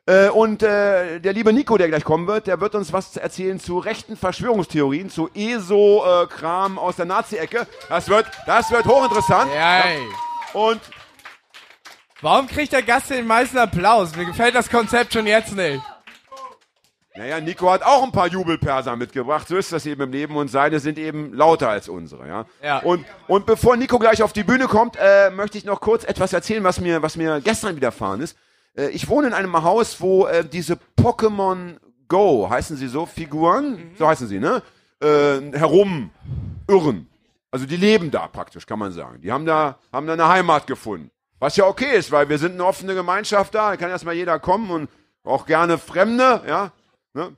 Äh, und äh, der liebe Nico, der gleich kommen wird, der wird uns was erzählen zu rechten Verschwörungstheorien, zu ESO-Kram aus der Nazi-Ecke. Das wird, das wird hochinteressant. Yay. Und Warum kriegt der Gast den meisten Applaus? Mir gefällt das Konzept schon jetzt nicht. Naja, Nico hat auch ein paar Jubelperser mitgebracht. So ist das eben im Leben und seine sind eben lauter als unsere. Ja. Ja. Und, und bevor Nico gleich auf die Bühne kommt, äh, möchte ich noch kurz etwas erzählen, was mir, was mir gestern widerfahren ist. Äh, ich wohne in einem Haus, wo äh, diese Pokémon Go, heißen sie so, Figuren, so heißen sie, ne? Äh, herum irren. Also die leben da praktisch, kann man sagen. Die haben da, haben da eine Heimat gefunden. Was ja okay ist, weil wir sind eine offene Gemeinschaft da, da kann erstmal jeder kommen und auch gerne Fremde, ja. Ne?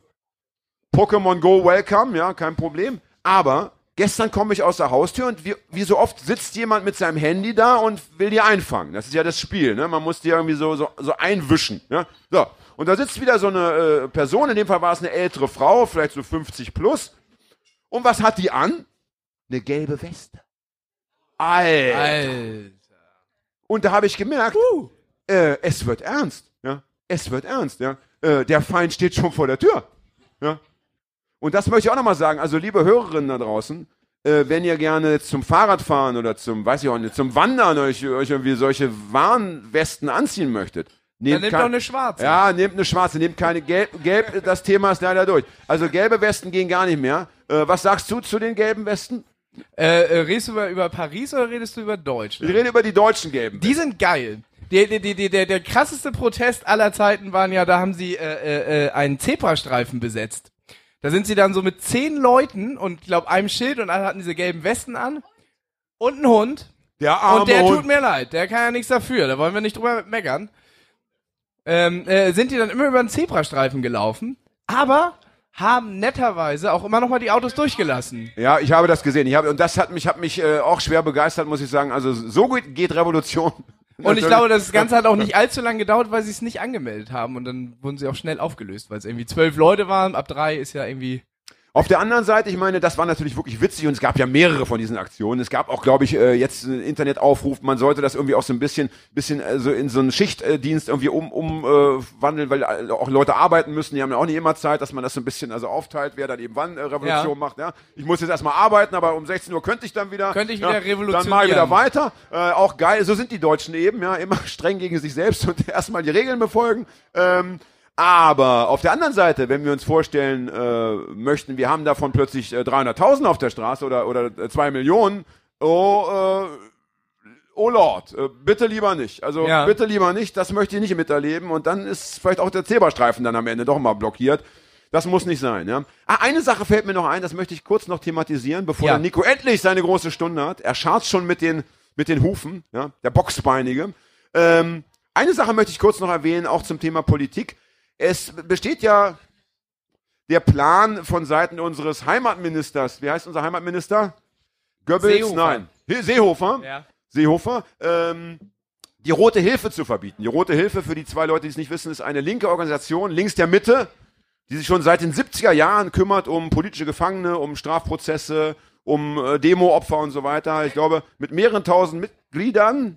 Pokémon Go Welcome, ja, kein Problem. Aber gestern komme ich aus der Haustür und wie, wie so oft sitzt jemand mit seinem Handy da und will die einfangen. Das ist ja das Spiel, ne? Man muss die irgendwie so, so, so einwischen, ja. So. Und da sitzt wieder so eine äh, Person, in dem Fall war es eine ältere Frau, vielleicht so 50 plus. Und was hat die an? Eine gelbe Weste. Alter. Alter. Und da habe ich gemerkt, äh, es wird ernst. Ja? Es wird ernst. Ja? Äh, der Feind steht schon vor der Tür. Ja? Und das möchte ich auch nochmal sagen. Also, liebe Hörerinnen da draußen, äh, wenn ihr gerne jetzt zum Fahrradfahren oder zum, weiß ich auch nicht, zum Wandern euch, euch irgendwie solche Warnwesten anziehen möchtet, Dann nehmt, nimmt kein- doch eine schwarze. ja, nehmt eine schwarze, nehmt keine gelb. Gelb, das Thema ist leider durch. Also gelbe Westen gehen gar nicht mehr. Äh, was sagst du zu den gelben Westen? Äh, äh, redest du über, über Paris oder redest du über Ich Deutschland? rede über die deutschen gelben. Die sind geil. Der, der, der, der, der krasseste Protest aller Zeiten waren ja, da haben sie äh, äh, äh, einen Zebrastreifen besetzt. Da sind sie dann so mit zehn Leuten und glaub einem Schild und alle hatten diese gelben Westen an und einen Hund. der Und der Hund. tut mir leid, der kann ja nichts dafür, da wollen wir nicht drüber meckern. Ähm, äh, sind die dann immer über den Zebrastreifen gelaufen, aber haben netterweise auch immer nochmal die Autos durchgelassen. Ja, ich habe das gesehen. Ich habe, und das hat mich, hat mich äh, auch schwer begeistert, muss ich sagen. Also so gut geht Revolution. Und ich glaube, das Ganze hat auch nicht allzu lange gedauert, weil sie es nicht angemeldet haben und dann wurden sie auch schnell aufgelöst, weil es irgendwie zwölf Leute waren, ab drei ist ja irgendwie... Auf der anderen Seite, ich meine, das war natürlich wirklich witzig und es gab ja mehrere von diesen Aktionen. Es gab auch, glaube ich, äh, jetzt einen Internetaufruf, man sollte das irgendwie auch so ein bisschen, bisschen äh, so in so einen Schichtdienst irgendwie um, umwandeln, äh, wandeln, weil äh, auch Leute arbeiten müssen, die haben ja auch nicht immer Zeit, dass man das so ein bisschen also aufteilt, wer dann eben wann äh, Revolution Ja. macht. Ja? Ich muss jetzt erstmal arbeiten, aber um 16 Uhr könnte ich dann wieder. Könnte ich ja, wieder Dann mal revolutionieren. wieder weiter. Äh, auch geil, so sind die Deutschen eben, ja, immer streng gegen sich selbst und erstmal die Regeln befolgen. Ähm, aber auf der anderen Seite, wenn wir uns vorstellen äh, möchten, wir haben davon plötzlich äh, 300.000 auf der Straße oder, oder 2 Millionen, oh, äh, oh Lord, äh, bitte lieber nicht. Also Ja. bitte lieber nicht, das möchte ich nicht miterleben. Und dann ist vielleicht auch der Zebrastreifen dann am Ende doch mal blockiert. Das muss nicht sein, ja. Ah, eine Sache fällt mir noch ein, das möchte ich kurz noch thematisieren, bevor Ja. der Nico endlich seine große Stunde hat. Er scharrt schon mit den, mit den Hufen, ja, der Boxbeinige. Ähm, eine Sache möchte ich kurz noch erwähnen, auch zum Thema Politik. Es besteht ja der Plan von Seiten unseres Heimatministers. Wie heißt unser Heimatminister? Goebbels? Seehofer. Nein. He- Seehofer. Ja. Seehofer, ähm, die Rote Hilfe zu verbieten. Die Rote Hilfe, für die zwei Leute, die es nicht wissen, ist eine linke Organisation links der Mitte, die sich schon seit den 70er Jahren kümmert um politische Gefangene, um Strafprozesse, um äh, Demoopfer und so weiter. Ich glaube, mit mehreren tausend Mitgliedern.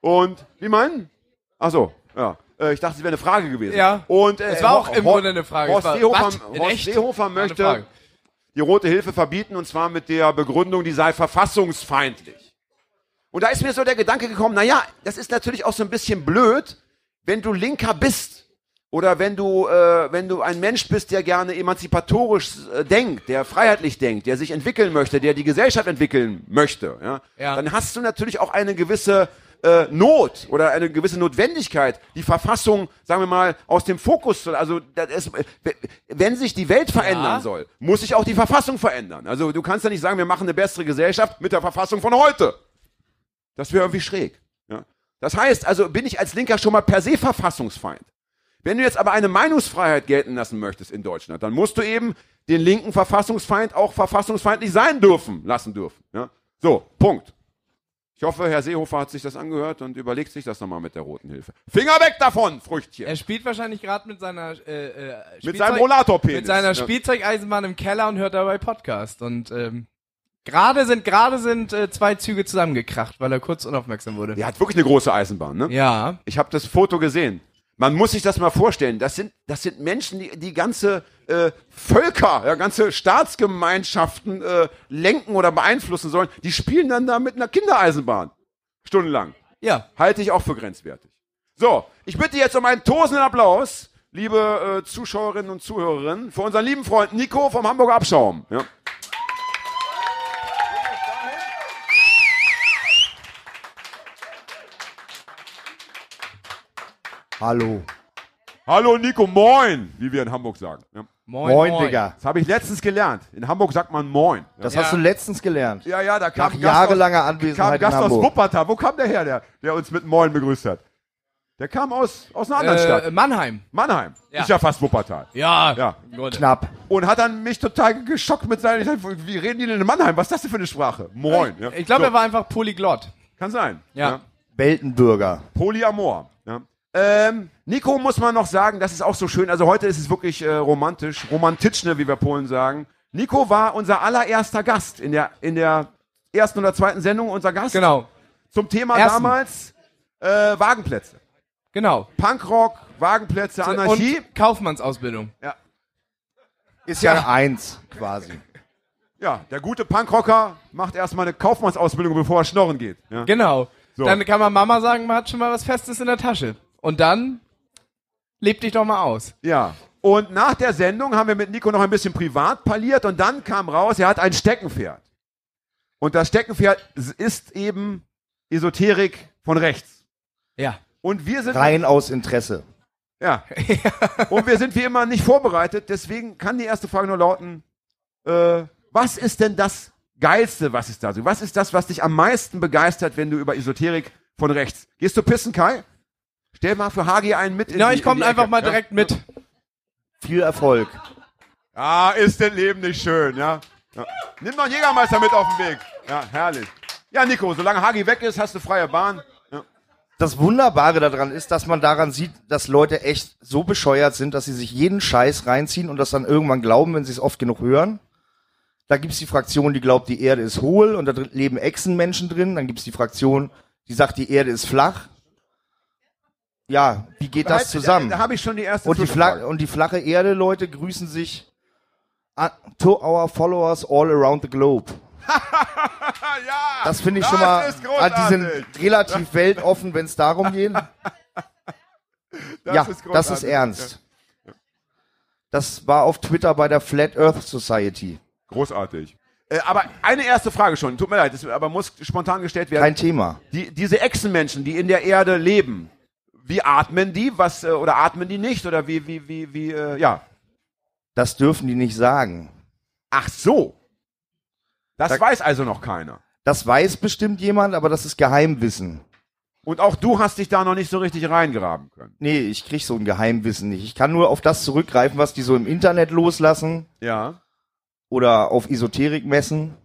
Und, wie meinen? Ach so, ja. Äh, Ich dachte, es wäre eine Frage gewesen. Ja. Und, äh, Es war auch Ho- im Ho- Grunde eine Frage. Es Horst war- Seehofer, Was? In Horst echt? Seehofer War eine möchte Frage. die Rote Hilfe verbieten und zwar mit der Begründung, die sei verfassungsfeindlich. Und da ist mir so der Gedanke gekommen, naja, das ist natürlich auch so ein bisschen blöd, wenn du Linker bist oder wenn du, äh, wenn du ein Mensch bist, der gerne emanzipatorisch äh, denkt, der freiheitlich denkt, der sich entwickeln möchte, der die Gesellschaft entwickeln möchte, ja, Ja. dann hast du natürlich auch eine gewisse äh, Not oder eine gewisse Notwendigkeit, die Verfassung, sagen wir mal, aus dem Fokus zu, also das ist, wenn sich die Welt verändern Ja. soll, muss sich auch die Verfassung verändern. Also du kannst ja nicht sagen, wir machen eine bessere Gesellschaft mit der Verfassung von heute. Das wäre irgendwie schräg. Ja? Das heißt, also bin ich als Linker schon mal per se Verfassungsfeind. Wenn du jetzt aber eine Meinungsfreiheit gelten lassen möchtest in Deutschland, dann musst du eben den linken Verfassungsfeind auch verfassungsfeindlich sein dürfen, lassen dürfen. Ja? So, Punkt. Ich hoffe, Herr Seehofer hat sich das angehört und überlegt sich das nochmal mit der roten Hilfe. Finger weg davon, Früchtchen. Er spielt wahrscheinlich gerade mit seiner äh, äh, mit Spielzeug- seinem Rollatorpenis. mit seiner Ja. Spielzeugeisenbahn im Keller und hört dabei Podcast und ähm, gerade sind gerade sind äh, zwei Züge zusammengekracht, weil er kurz unaufmerksam wurde. Der hat wirklich eine große Eisenbahn, ne? ja. Ich habe das Foto gesehen. Man muss sich das mal vorstellen. Das sind, das sind Menschen, die die ganze äh, Völker, ja, ganze Staatsgemeinschaften äh, lenken oder beeinflussen sollen. Die spielen dann da mit einer Kindereisenbahn. Stundenlang. Ja. Halte ich auch für grenzwertig. So, ich bitte jetzt um einen tosenden Applaus, liebe äh, Zuschauerinnen und Zuhörerinnen, für unseren lieben Freund Nico vom Hamburger Abschaum. Ja. Hallo. Hallo Nico, moin, wie wir in Hamburg sagen. Ja. Moin, Digga. Das habe ich letztens gelernt. In Hamburg sagt man moin. Ja, Das hast du letztens gelernt. ja, ja da kam Nach ein Gast aus- jahrelanger kam ein Anwesenheit in Gast aus Hamburg. Wuppertal. Wo kam der her, der, der uns mit moin begrüßt hat? Der kam aus, aus einer anderen Äh, Stadt. Mannheim. Mannheim. ja. Ist ja fast Wuppertal. Ja. Ja. Leute. Knapp. Und hat dann mich total geschockt mit seinen. Ich dachte, wie reden die denn in Mannheim? Was ist das denn für eine Sprache? Moin. Ja. Ich glaube, So, er war einfach Polyglott. Kann sein. Ja. Weltenbürger. Polyamor. Ja. Ähm, Nico muss man noch sagen, das ist auch so schön. Also heute ist es wirklich äh, romantisch, romantitschne, wie wir Polen sagen. Nico war unser allererster Gast in der, in der ersten oder zweiten Sendung, unser Gast. Genau. Zum Thema Ersten. damals äh, Wagenplätze. Genau. Punkrock, Wagenplätze, Anarchie. Und Kaufmannsausbildung. Ja. Ist ja, eins quasi. ja, der gute Punkrocker macht erstmal eine Kaufmannsausbildung, bevor er schnorren geht. ne? Ja. Genau. Dann kann man Mama sagen, man hat schon mal was Festes in der Tasche. Und dann leb dich doch mal aus. Ja. Und nach der Sendung haben wir mit Nico noch ein bisschen privat parliert und dann kam raus, er hat ein Steckenpferd. Und das Steckenpferd s- ist eben Esoterik von rechts. Ja. Und wir sind Rein aus Interesse. ja. und wir sind wie immer nicht vorbereitet, deswegen kann die erste Frage nur lauten, äh, was ist denn das geilste, was ist da so? Was ist das, was dich am meisten begeistert, wenn du über Esoterik von rechts? Gehst du pissen, Kai? Stell mal für Hagi einen mit in Na, die- ich in komme die einfach Ecke, mal ja? direkt mit. Viel Erfolg. Ah, ist das Leben nicht schön, ja? ja. Nimm noch einen Jägermeister mit auf den Weg. Ja, herrlich. Ja, Nico, solange Hagi weg ist, hast du freie Bahn. Ja. Das Wunderbare daran ist, dass man daran sieht, dass Leute echt so bescheuert sind, dass sie sich jeden Scheiß reinziehen und das dann irgendwann glauben, wenn sie es oft genug hören. Da gibt's die Fraktion, die glaubt, die Erde ist hohl und da drin leben Echsenmenschen drin. Dann gibt's die Fraktion, die sagt, die Erde ist flach. Ja, wie geht das zusammen? Halt, Da, da habe ich schon die erste Und die, Zwischenfrage. Fla und die flache Erde, Leute, grüßen sich an- to our followers all around the globe. Ah, ja, Das finde ich schon das mal, ist ah, die sind großartig. relativ weltoffen, wenn es darum geht. Das ja, ist das ist großartig. ernst. Das war auf Twitter bei der Flat Earth Society. Großartig. Äh, aber eine erste Frage schon. Tut mir leid, das, aber muss spontan gestellt werden. Kein Thema. die, diese Echsenmenschen, die in der Erde leben, wie atmen die? Was äh, oder atmen die nicht? Oder wie wie wie wie? Äh, ja. Das dürfen die nicht sagen. Ach so. Das Da- weiß also noch keiner. Das weiß bestimmt jemand, aber das ist Geheimwissen. Und auch du hast dich da noch nicht so richtig reingraben können. Nee, ich krieg so ein Geheimwissen nicht. Ich kann nur auf das zurückgreifen, was die so im Internet loslassen Ja. oder auf Esoterik messen.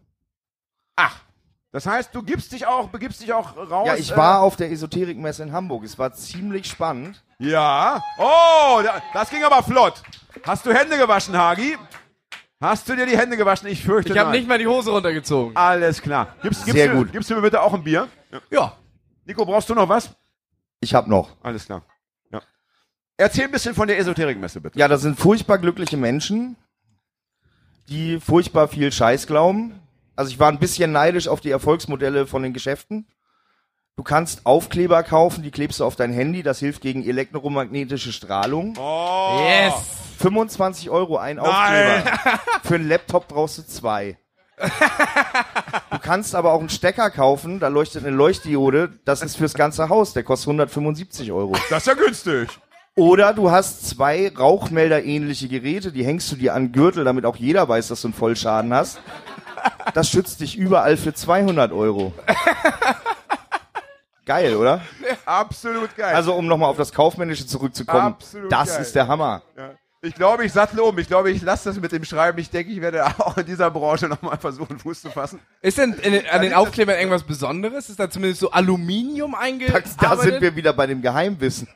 Ach. Das heißt, du gibst dich auch, begibst dich auch raus. Ja, ich war auf der Esoterikmesse in Hamburg. Es war ziemlich spannend. Äh, ja. Oh, da- das ging aber flott. Hast du Hände gewaschen, Hagi? Hast du dir die Hände gewaschen? Ich fürchte Ich habe nein. nicht mal die Hose runtergezogen. Alles klar. Gibst, gibst Sehr du, gut. Gibst du mir bitte auch ein Bier? Ja. Nico, brauchst du noch was? Ich hab noch. Alles klar. Ja. Erzähl ein bisschen von der Esoterikmesse, bitte. Ja, das sind furchtbar glückliche Menschen, die furchtbar viel Scheiß glauben. Also ich war ein bisschen neidisch auf die Erfolgsmodelle von den Geschäften. Du kannst Aufkleber kaufen, die klebst du auf dein Handy, das hilft gegen elektromagnetische Strahlung. Oh. Yes. 25 Euro ein Aufkleber. Für einen Laptop brauchst du zwei. Du kannst aber auch einen Stecker kaufen, da leuchtet eine Leuchtdiode, das ist fürs ganze Haus, der kostet 175 Euro. Das ist ja günstig. Oder du hast zwei Rauchmelder-ähnliche Geräte, die hängst du dir an den Gürtel, damit auch jeder weiß, dass du einen Vollschaden hast. Das schützt dich überall für 200 Euro. Geil, oder? Absolut geil. Also, um nochmal auf das Kaufmännische zurückzukommen, Absolut das geil. ist der Hammer. Ja. Ich glaube, ich sattle um. Ich glaube, ich lasse das mit dem Schreiben. Ich denke, ich werde auch in dieser Branche nochmal versuchen, Fuß zu fassen. Ist denn in, den- an den Aufklebern irgendwas Besonderes? Ist da zumindest so Aluminium Da, eingearbeitet? da sind wir wieder bei dem Geheimwissen.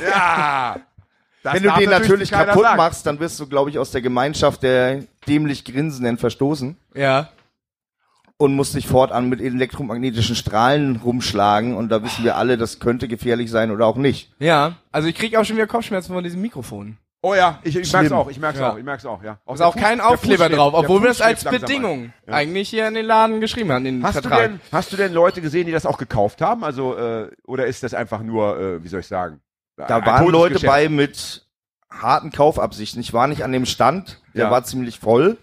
Ja. Das Wenn du darf den natürlich keiner kaputt sagen. machst, dann wirst du, glaube ich, aus der Gemeinschaft der dämlich Grinsenden verstoßen. Ja. und musste ich fortan mit elektromagnetischen Strahlen rumschlagen und da wissen wir alle, das könnte gefährlich sein oder auch nicht. Ja. Also ich kriege auch schon wieder Kopfschmerzen von diesem Mikrofon. Oh ja, ich, ich merk's Schlimm. auch. Ich merk's Ja. auch. Ich merk's auch. Ja. Ist auch kein Aufkleber drauf, obwohl wir das als Bedingung. Bedingung eigentlich hier in den Laden geschrieben haben, in den Hast du, Vertrag. denn, hast du denn Leute gesehen, die das auch gekauft haben? Also, äh, oder ist das einfach nur, äh, wie soll ich sagen? Da waren Leute bei mit harten Kaufabsichten. Ich war nicht an dem Stand, der Ja. war ziemlich voll.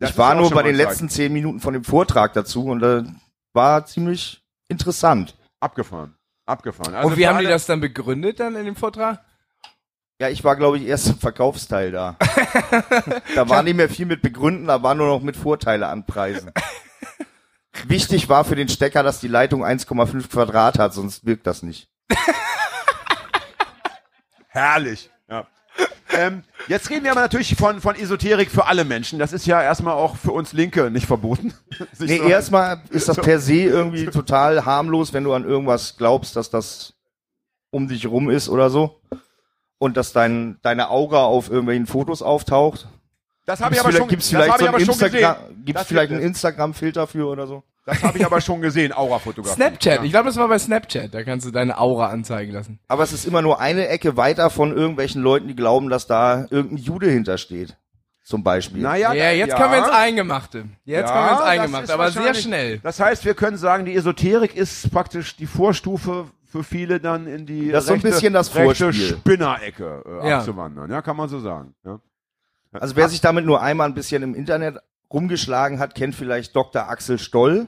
ich war nur bei den letzten letzten zehn Minuten von dem Vortrag dazu und da war ziemlich interessant. Abgefahren. Abgefahren. Also Und wie für haben die alle- das dann begründet dann in dem Vortrag? Ja, ich war, glaube ich, erst im Verkaufsteil da. da war nicht mehr viel mit Begründen, da war nur noch mit Vorteile anpreisen. Wichtig war für den Stecker, dass die Leitung 1,5 Quadrat hat, sonst wirkt das nicht. Herrlich. Ja. Ähm, jetzt reden wir aber natürlich von, von Esoterik für alle Menschen. Das ist ja erstmal auch für uns Linke nicht verboten. Sich Nee, so- erstmal ist das per se irgendwie total harmlos, wenn du an irgendwas glaubst, dass das um dich rum ist oder so. Und dass dein, deine Aura auf irgendwelchen Fotos auftaucht. das habe ich Gibt's aber schon, vielleicht- das gibt's vielleicht hab so ich aber einen schon gesehen. Instagram- gibt's Das vielleicht gibt einen es. Instagram-Filter für oder so? Das habe ich aber schon gesehen, Aura-Fotografie. Snapchat, ich glaube, das war bei Snapchat. Da kannst du deine Aura anzeigen lassen. Aber es ist immer nur eine Ecke weiter von irgendwelchen Leuten, die glauben, dass da irgendein Jude hintersteht. Zum Beispiel. Naja, Ja, jetzt kommen wir ins Eingemachte. Jetzt kommen wir ins das Eingemachte, ist aber sehr wahrscheinlich- schnell. Das heißt, wir können sagen, die Esoterik ist praktisch die Vorstufe für viele dann in die Das ist so ein rechte, bisschen das rechte Vorspiel. Spinnerecke äh, Ja. abzuwandern. Ja, kann man so sagen. Ja. Also wer sich damit nur einmal ein bisschen im Internet rumgeschlagen hat, kennt vielleicht Dr. Axel Stoll.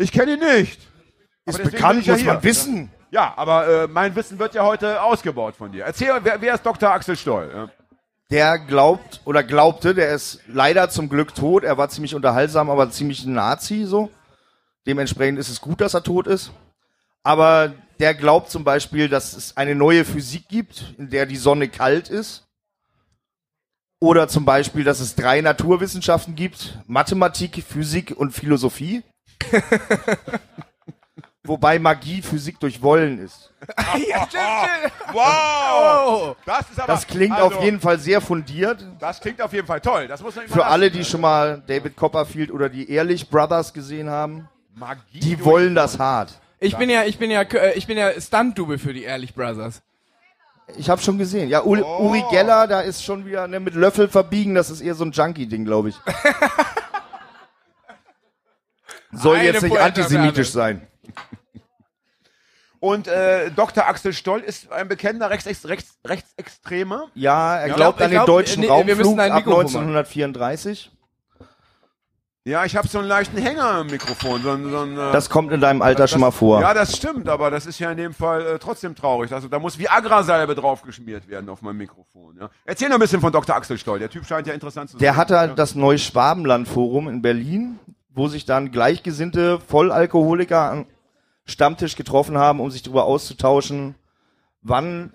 Ich kenne ihn nicht. Ist wissen. Ja, aber äh, mein Wissen wird ja heute ausgebaut von dir. Erzähl, wer, wer ist Dr. Axel Stoll? Ja. Der glaubt oder glaubte, der ist leider zum Glück tot. Er war ziemlich unterhaltsam, aber ziemlich ein Nazi so. Dementsprechend ist es gut, dass er tot ist. Aber der glaubt zum Beispiel, dass es eine neue Physik gibt, in der die Sonne kalt ist. Oder zum Beispiel, dass es drei Naturwissenschaften gibt, Mathematik, Physik und Philosophie. Wobei Magie Physik durch Wollen ist. ja, stimmt, stimmt. Wow! Oh. Das ist aber Das klingt also, auf jeden Fall sehr fundiert. Das klingt auf jeden Fall toll. Das muss man Für alle, die schon mal David Copperfield oder die Ehrlich Brothers gesehen haben, Magie die durch- wollen das hart. Ich bin ja, ich bin ja, äh, ich bin ja Stunt-Double für die Ehrlich Brothers. Ich habe schon gesehen. Ja, Ul Oh. Uri Geller, da ist schon wieder ne, mit Löffel verbiegen. Das ist eher so ein Junkie-Ding, glaube ich. Soll Eine jetzt nicht Pointe antisemitisch sein. Und äh, Dr. Axel Stoll ist ein bekennender Rechtsextremer. Rechts, Rechtsextremer. Ja, er Ja, glaubt ich an den glaub, deutschen nee, wir müssen Raumflug ein ab Mikrofon machen. 1934. ja, ich habe so einen leichten Hänger im Mikrofon. So ein, so ein, äh, Das kommt in deinem Alter schon mal vor. Ja, das stimmt, aber das ist ja in dem Fall äh, trotzdem traurig. Also da muss Viagra-Salbe draufgeschmiert werden auf mein Mikrofon. Ja. Erzähl noch ein bisschen von Dr. Axel Stoll. Der Typ scheint ja interessant zu sein. Der hatte halt das Neuschwabenland-Forum in Berlin, wo sich dann gleichgesinnte Vollalkoholiker am Stammtisch getroffen haben, um sich darüber auszutauschen, wann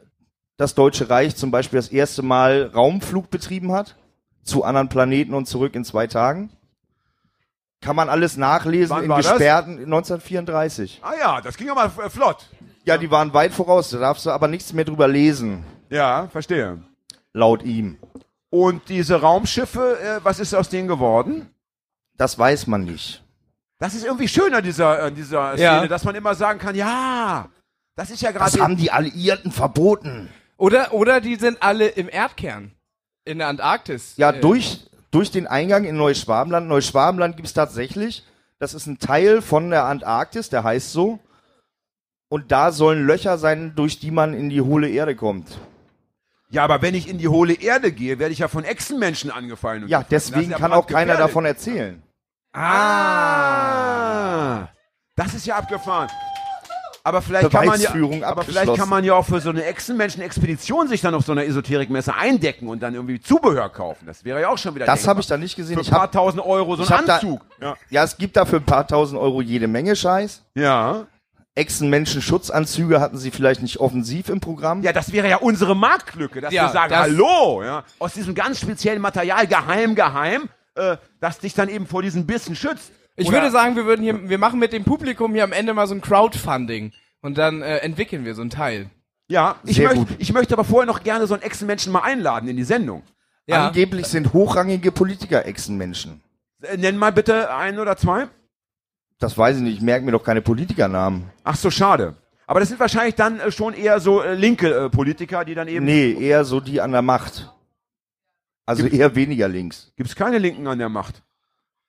das Deutsche Reich zum Beispiel das erste Mal Raumflug betrieben hat, zu anderen Planeten und zurück in zwei Tagen. Kann man alles nachlesen Wann in war das? gesperrten 1934. Ah ja, das ging aber äh, flott. Ja, die waren weit voraus, da darfst du aber nichts mehr drüber lesen, Ja, verstehe. laut ihm. Und diese Raumschiffe, äh, was ist aus denen geworden? Das weiß man nicht. Das ist irgendwie schön an dieser, an dieser Szene, Ja. dass man immer sagen kann, ja, das ist ja Das gerade... haben die Alliierten verboten. Oder, oder die sind alle im Erdkern. In der Antarktis. Ja, Äh, durch, durch den Eingang in Neuschwabenland. Neuschwabenland gibt's tatsächlich. Das ist ein Teil von der Antarktis, der heißt so. Und da sollen Löcher sein, durch die man in die hohle Erde kommt. Ja, aber wenn ich in die hohle Erde gehe, werde ich ja von Echsenmenschen angefallen. und Ja, gefunden. Das ist deswegen ja kann auch keiner brandgefährlich. davon erzählen. Ah, das ist ja abgefahren. Aber vielleicht kann man ja, Beweisführung aber vielleicht kann abgeschlossen. man ja auch für so eine Echsenmenschen-Expedition sich dann auf so einer Esoterikmesse eindecken und dann irgendwie Zubehör kaufen. Das wäre ja auch schon wieder. Das habe ich denkbar. da nicht gesehen. Für ein Ich paar hab, tausend Euro so ich hab einen da- Anzug. Ja. ja, es gibt da für ein paar tausend Euro jede Menge Scheiß. ja. Echsenmenschen-Schutzanzüge hatten sie vielleicht nicht offensiv im Programm. Ja, das wäre ja unsere Marktlücke, dass Ja, wir sagen, das- hallo, ja, aus diesem ganz speziellen Material, geheim, geheim, äh, das dich dann eben vor diesen Bissen schützt. Ich Oder- würde sagen, wir würden hier, wir machen mit dem Publikum hier am Ende mal so ein Crowdfunding. Und dann äh, entwickeln wir so ein Teil. ja, ich Sehr möchte, gut. ich möchte aber vorher noch gerne so einen Echsenmenschen mal einladen in die Sendung. Ja. Angeblich sind hochrangige Politiker Echsenmenschen. Äh, Nenn mal bitte einen oder zwei. Das weiß ich nicht. Ich merke mir doch keine Politikernamen. Ach so, schade. Aber das sind wahrscheinlich dann äh, schon eher so äh, linke äh, Politiker, die dann eben. Nee, eher so die an der Macht. Also eher weniger links. Gibt's keine Linken an der Macht.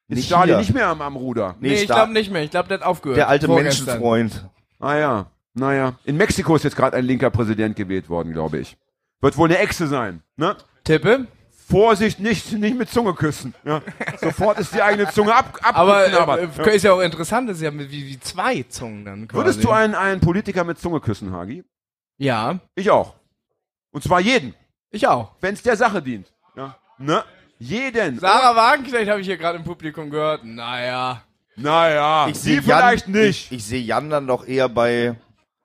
Ist Nicht Stalin hier. nicht mehr am, am Ruder. Nee, ich Sta- glaube nicht mehr. Ich glaube, der hat aufgehört. Der alte Vorgestern. Menschenfreund. Ah ja, naja. In Mexiko ist jetzt gerade ein linker Präsident gewählt worden, glaube ich. Wird wohl eine Echse sein. Ne? Tippe. Vorsicht, nicht, nicht mit Zunge küssen. Ja. Sofort ist die eigene Zunge ab, ab Aber, abgeknabbert. äh, äh, ist ja auch interessant, das ist ja mit- wie, wie zwei Zungen dann quasi. Würdest du einen, einen Politiker mit Zunge küssen, Hagi? Ja. Ich auch. Und zwar jeden, Ich auch. wenn es der Sache dient. Ja. Ne? Jeden. Sarah Wagenknecht habe ich hier gerade im Publikum gehört. Naja. naja, Ich sie sehe vielleicht Jan, nicht. Ich, ich sehe Jan dann doch eher bei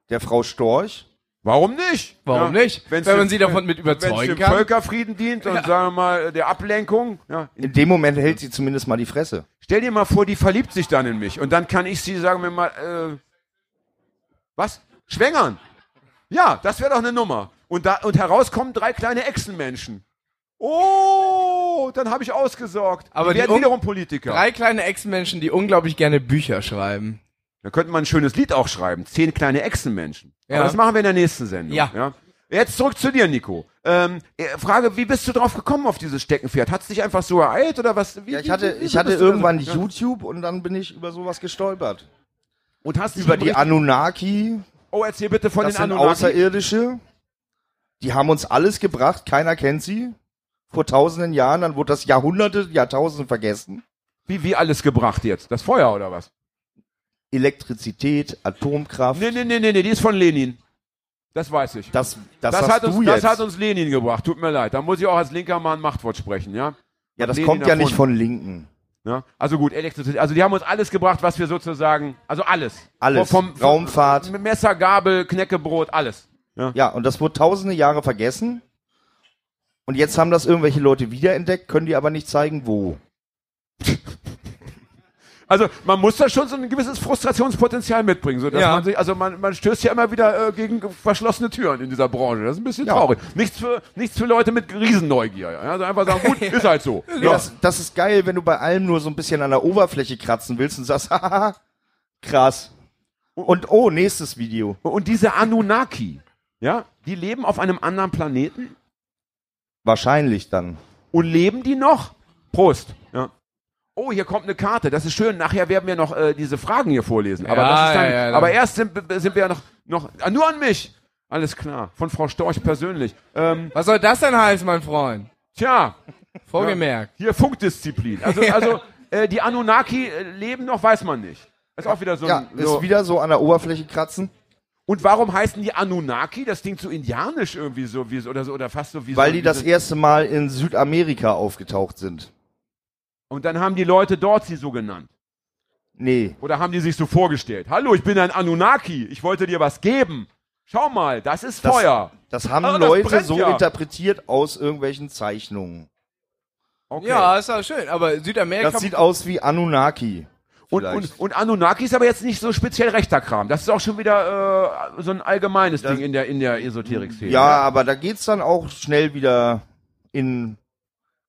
der Frau Storch. Warum nicht? Warum ja. nicht? Wenn man sie davon mit Wenn überzeugen es dem kann. Völkerfrieden dient und sagen wir mal der Ablenkung. Ja. In dem Moment hält sie zumindest mal die Fresse. Stell dir mal vor, die verliebt sich dann in mich und dann kann ich sie, sagen wir mal, äh, was? Schwängern. Ja, das wäre doch eine Nummer. Und, da, und herauskommen drei kleine Echsenmenschen. Oh, dann habe ich ausgesorgt. Aber die die werden um- wiederum Politiker. Drei kleine Ex-Menschen, die unglaublich gerne Bücher schreiben. Da könnte man ein schönes Lied auch schreiben. Zehn kleine Echsenmenschen. Ja. Aber das machen wir in der nächsten Sendung. Ja. Jetzt zurück zu dir, Nico. Ähm, äh, Frage, wie bist du drauf gekommen auf dieses Steckenpferd? Hat es dich einfach so ereilt oder was? Wie, Ja, ich wie- hatte, wie- wie ich hatte bist du da so- irgendwann Ja. YouTube und dann bin ich über sowas gestolpert. Und hast Über die An Anunnaki, Oh, erzähl bitte von das den sind Anunnaki. Außerirdische. Die haben uns alles gebracht, keiner kennt sie. Vor tausenden Jahren, dann wurde das Jahrhunderte, Jahrtausende vergessen. Wie, wie alles gebracht jetzt? Das Feuer oder was? Elektrizität, Atomkraft. Nee, nee, nee, nee, nee, die ist von Lenin. Das weiß ich. Das, das, Das hast hat, du uns, jetzt. das hat uns Lenin gebracht. Tut mir leid. Da muss ich auch als linker Mann Machtwort sprechen, ja? ja, das Lenin kommt ja erfunden. nicht von Linken. ja? Also gut, Elektrizität. Also die haben uns alles gebracht, was wir sozusagen, also alles. Alles. Raumfahrt. Vom Messer, Gabel, Knäckebrot, alles. Ja, und das wurde tausende Jahre vergessen. Und jetzt haben das irgendwelche Leute wiederentdeckt, können die aber nicht zeigen, wo. Also man muss da schon so ein gewisses Frustrationspotenzial mitbringen, so dass Ja. man sich, also man, man stößt ja immer wieder äh, gegen verschlossene Türen in dieser Branche. Das ist ein bisschen Ja. traurig. Nichts für nichts für Leute mit Riesenneugier. Ja? Also einfach sagen, gut, ist halt so. Ja. Das, das ist geil, wenn du bei allem nur so ein bisschen an der Oberfläche kratzen willst und sagst, haha, krass. Und oh, nächstes Video. Und diese Anunnaki, ja, die leben auf einem anderen Planeten Wahrscheinlich dann. und leben die noch? Prost. Ja. Oh, hier kommt eine Karte. Das ist schön. Nachher werden wir noch äh, diese Fragen hier vorlesen. Aber, Ja, das ist dann, ja, ja, dann- aber erst sind, sind wir ja noch, noch ah, nur an mich. Alles klar. Von Frau Storch persönlich. Ähm, Was soll das denn heißen, mein Freund? tja, Vorgemerkt. hier Funkdisziplin. Also, also äh, die Anunnaki äh, leben noch, weiß man nicht. Das ist auch wieder so ein. Ja, so. ist wieder so an der Oberfläche kratzen, und warum heißen die Anunnaki? Das klingt so indianisch irgendwie so, wie, so- oder so, oder fast so wie weil so, die wie das so, erste Mal in Südamerika aufgetaucht sind. Und dann haben die Leute dort sie so genannt. Nee, Oder haben die sich so vorgestellt? Hallo, ich bin ein Anunnaki. Ich wollte dir was geben. Schau mal, das ist Das- Feuer. das haben Ah, das Leute brennt so ja. interpretiert aus irgendwelchen Zeichnungen. Okay. Ja, ist ja schön. Aber Südamerika. Das sieht aus wie Anunnaki. und, und, und Anunnaki ist aber jetzt nicht so speziell rechter Kram. Das ist auch schon wieder äh, so ein allgemeines Ding in der, in der Esoterik-Szene. Ja, aber da geht's dann auch schnell wieder in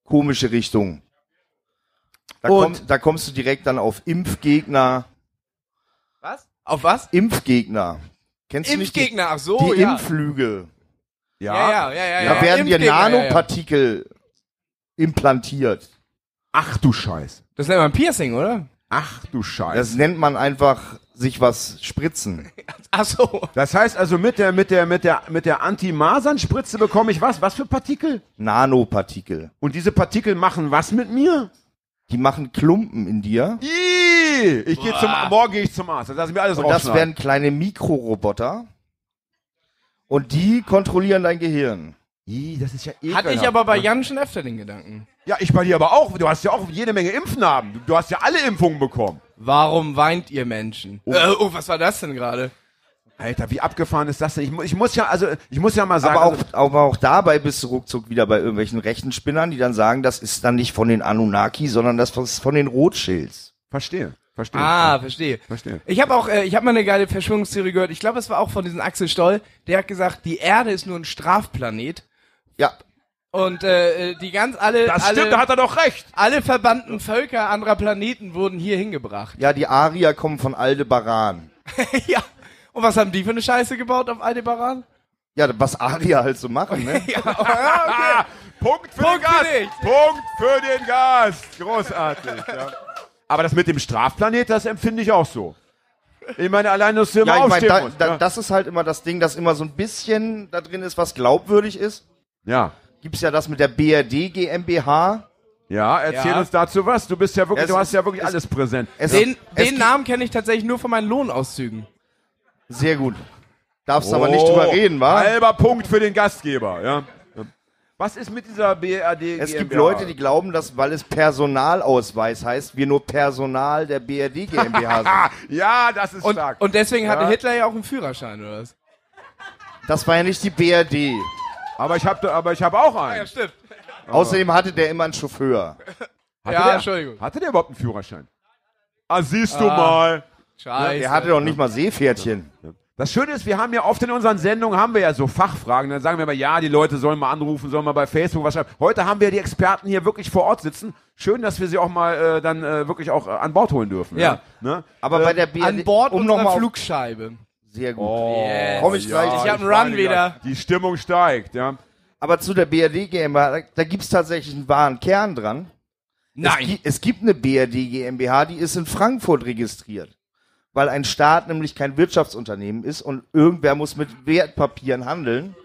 komische Richtungen. Da, Und- komm, da kommst du direkt dann auf Impfgegner. was? Auf was? Impfgegner. Kennst Impfgegner. Ach du nicht so, die, die ja. Impflüge? ja. Ja, ja, ja, ja. Da werden dir Impfgegner, ja, ja. Nanopartikel implantiert. Ach du Scheiß. Das nennt man Piercing, oder? Ach du Scheiß. Das, Das nennt man einfach sich was spritzen. Ach so. heißt also mit der, mit der, mit der, mit der Anti-Masern-Spritze bekomme ich was? Was für Partikel? Nanopartikel. Und diese Partikel machen was mit mir? Die machen Klumpen in dir. Ih, ich gehe zum, morgen gehe ich zum Arzt. Das lassen wir alles Und das rausschneiden. werden kleine Mikroroboter. Und die kontrollieren dein Gehirn. Ih, das ist ja ekelhaft. Hatte ich aber bei Jan schon öfter den Gedanken. Ja, ich bei dir aber auch. Du hast ja auch jede Menge Impfnarben. Du, du hast ja alle Impfungen bekommen. Warum weint ihr Menschen? Oh, äh, oh was war das denn gerade? Alter, wie abgefahren ist das denn? Ich, mu- ich muss ja, also, ich muss ja mal sagen. Aber auch, also, aber auch dabei bist du ruckzuck wieder bei irgendwelchen rechten Spinnern, die dann sagen, das ist dann nicht von den Anunnaki, sondern das ist von den Rothschilds. verstehe, verstehe. Ah, verstehe. Verstehe. Ich habe auch, äh, ich habe mal eine geile Verschwörungstheorie gehört. Ich glaube, es war auch von diesem Axel Stoll. Der hat gesagt, die Erde ist nur ein Strafplanet. Ja, Und äh, äh, die ganz alle, das alle, stimmt, da hat er doch recht. alle verbannten Völker anderer Planeten wurden hier hingebracht. ja, die Arier kommen von Aldebaran. ja. Und was haben die für eine Scheiße gebaut auf Aldebaran? Ja, was Arier halt so machen, ne? ja, okay. Ah, Punkt für Punkt den Gast. für dich. Punkt für den Gast. Großartig. ja. Aber das mit dem Strafplanet, das empfinde ich auch so. Ich meine, allein, dass du immer Ja, ich meine, aufstehen da, musst. ne? da, ja. das ist halt immer das Ding, dass immer so ein bisschen da drin ist, was glaubwürdig ist. ja. Gibt's ja das mit der BRD GmbH. Ja, erzähl Ja. uns dazu was. Du bist ja wirklich, Es du hast ist- ja wirklich es- alles präsent. Es, Den, Also, es den Namen kenne ich tatsächlich nur von meinen Lohnauszügen. Sehr gut. Darfst aber Oh, nicht drüber reden, wa? Oh, Halber Punkt für den Gastgeber, ja. Was ist mit dieser BRD? Es gibt Leute, die glauben, dass, weil es Personalausweis heißt, wir nur Personal der BRD GmbH sind. Ja, das ist Und, stark. und deswegen hatte Ja. Hitler ja auch einen Führerschein, oder was? Das war ja nicht die BRD. aber ich habe aber ich hab auch einen. stimmt. Ah. Außerdem hatte der immer einen Chauffeur. Hatte Ja, der, Entschuldigung. Hatte der überhaupt einen Führerschein? Ah, siehst du mal. Scheiße. Der hatte doch nicht mal Seepferdchen. Das Schöne ist, wir haben ja oft in unseren Sendungen haben wir ja so Fachfragen. Dann sagen wir mal, ja, die Leute sollen mal anrufen, sollen mal bei Facebook was schreiben. Heute haben wir die Experten hier wirklich vor Ort sitzen. Schön, dass wir sie auch mal äh, dann äh, wirklich auch äh, an Bord holen dürfen. Ja. Ne? Aber bei der BRD. Äh, an Bord um unserer nochmal. auf- Flugscheibe. Sehr gut. Oh. Yes. Komm ich gleich. Ich hab einen meine, Run wieder. Die Stimmung steigt, ja. Aber zu der BRD GmbH, da- da gibt's tatsächlich einen wahren Kern dran. Es, Nein. gi- es gibt eine BRD GmbH, die ist in Frankfurt registriert. Weil ein Staat nämlich kein Wirtschaftsunternehmen ist und irgendwer muss mit Wertpapieren handeln.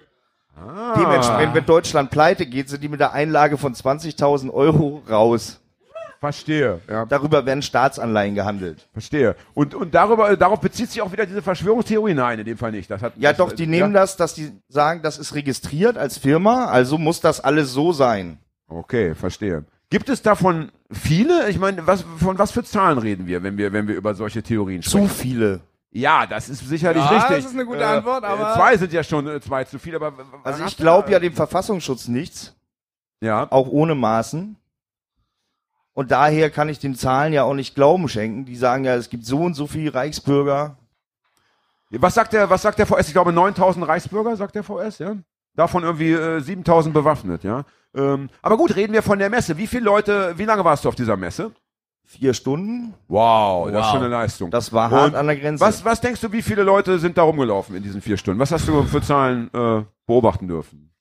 Dementsprechend, wenn Deutschland pleite geht, sind die mit der Einlage von 20.000 Euro raus. Verstehe, ja, Darüber werden Staatsanleihen gehandelt. verstehe. Und, und darüber, äh, darauf bezieht sich auch wieder diese Verschwörungstheorie. Nein, in dem Fall nicht. Das hat, Ja, das, doch, die nehmen das, dass die sagen, das ist registriert als Firma, also muss das alles so sein. Okay, verstehe. Gibt es davon viele? Ich meine, was, von was für Zahlen reden wir, wenn wir, wenn wir über solche Theorien sprechen? Zu viele. Ja, das ist sicherlich Ja, richtig. das ist eine gute Antwort, aber- Zwei sind ja schon äh, zwei zu viel, aber. Also ich glaube ja dem Verfassungsschutz nichts, Ja, auch ohne Maßen. Und daher kann ich den Zahlen ja auch nicht Glauben schenken. Die sagen ja, es gibt so und so viele Reichsbürger. Was sagt der, was sagt der VS? Ich glaube 9000 Reichsbürger, sagt der VS, ja? Davon irgendwie äh, 7000 bewaffnet, ja? Ähm, aber gut, reden wir von der Messe. Wie viele Leute, wie lange warst du auf dieser Messe? Vier Stunden, Wow, das ist Wow. schon eine Leistung. das war hart Und an der Grenze. was, was denkst du, wie viele Leute sind da rumgelaufen in diesen vier Stunden? Was hast du für Zahlen äh, beobachten dürfen?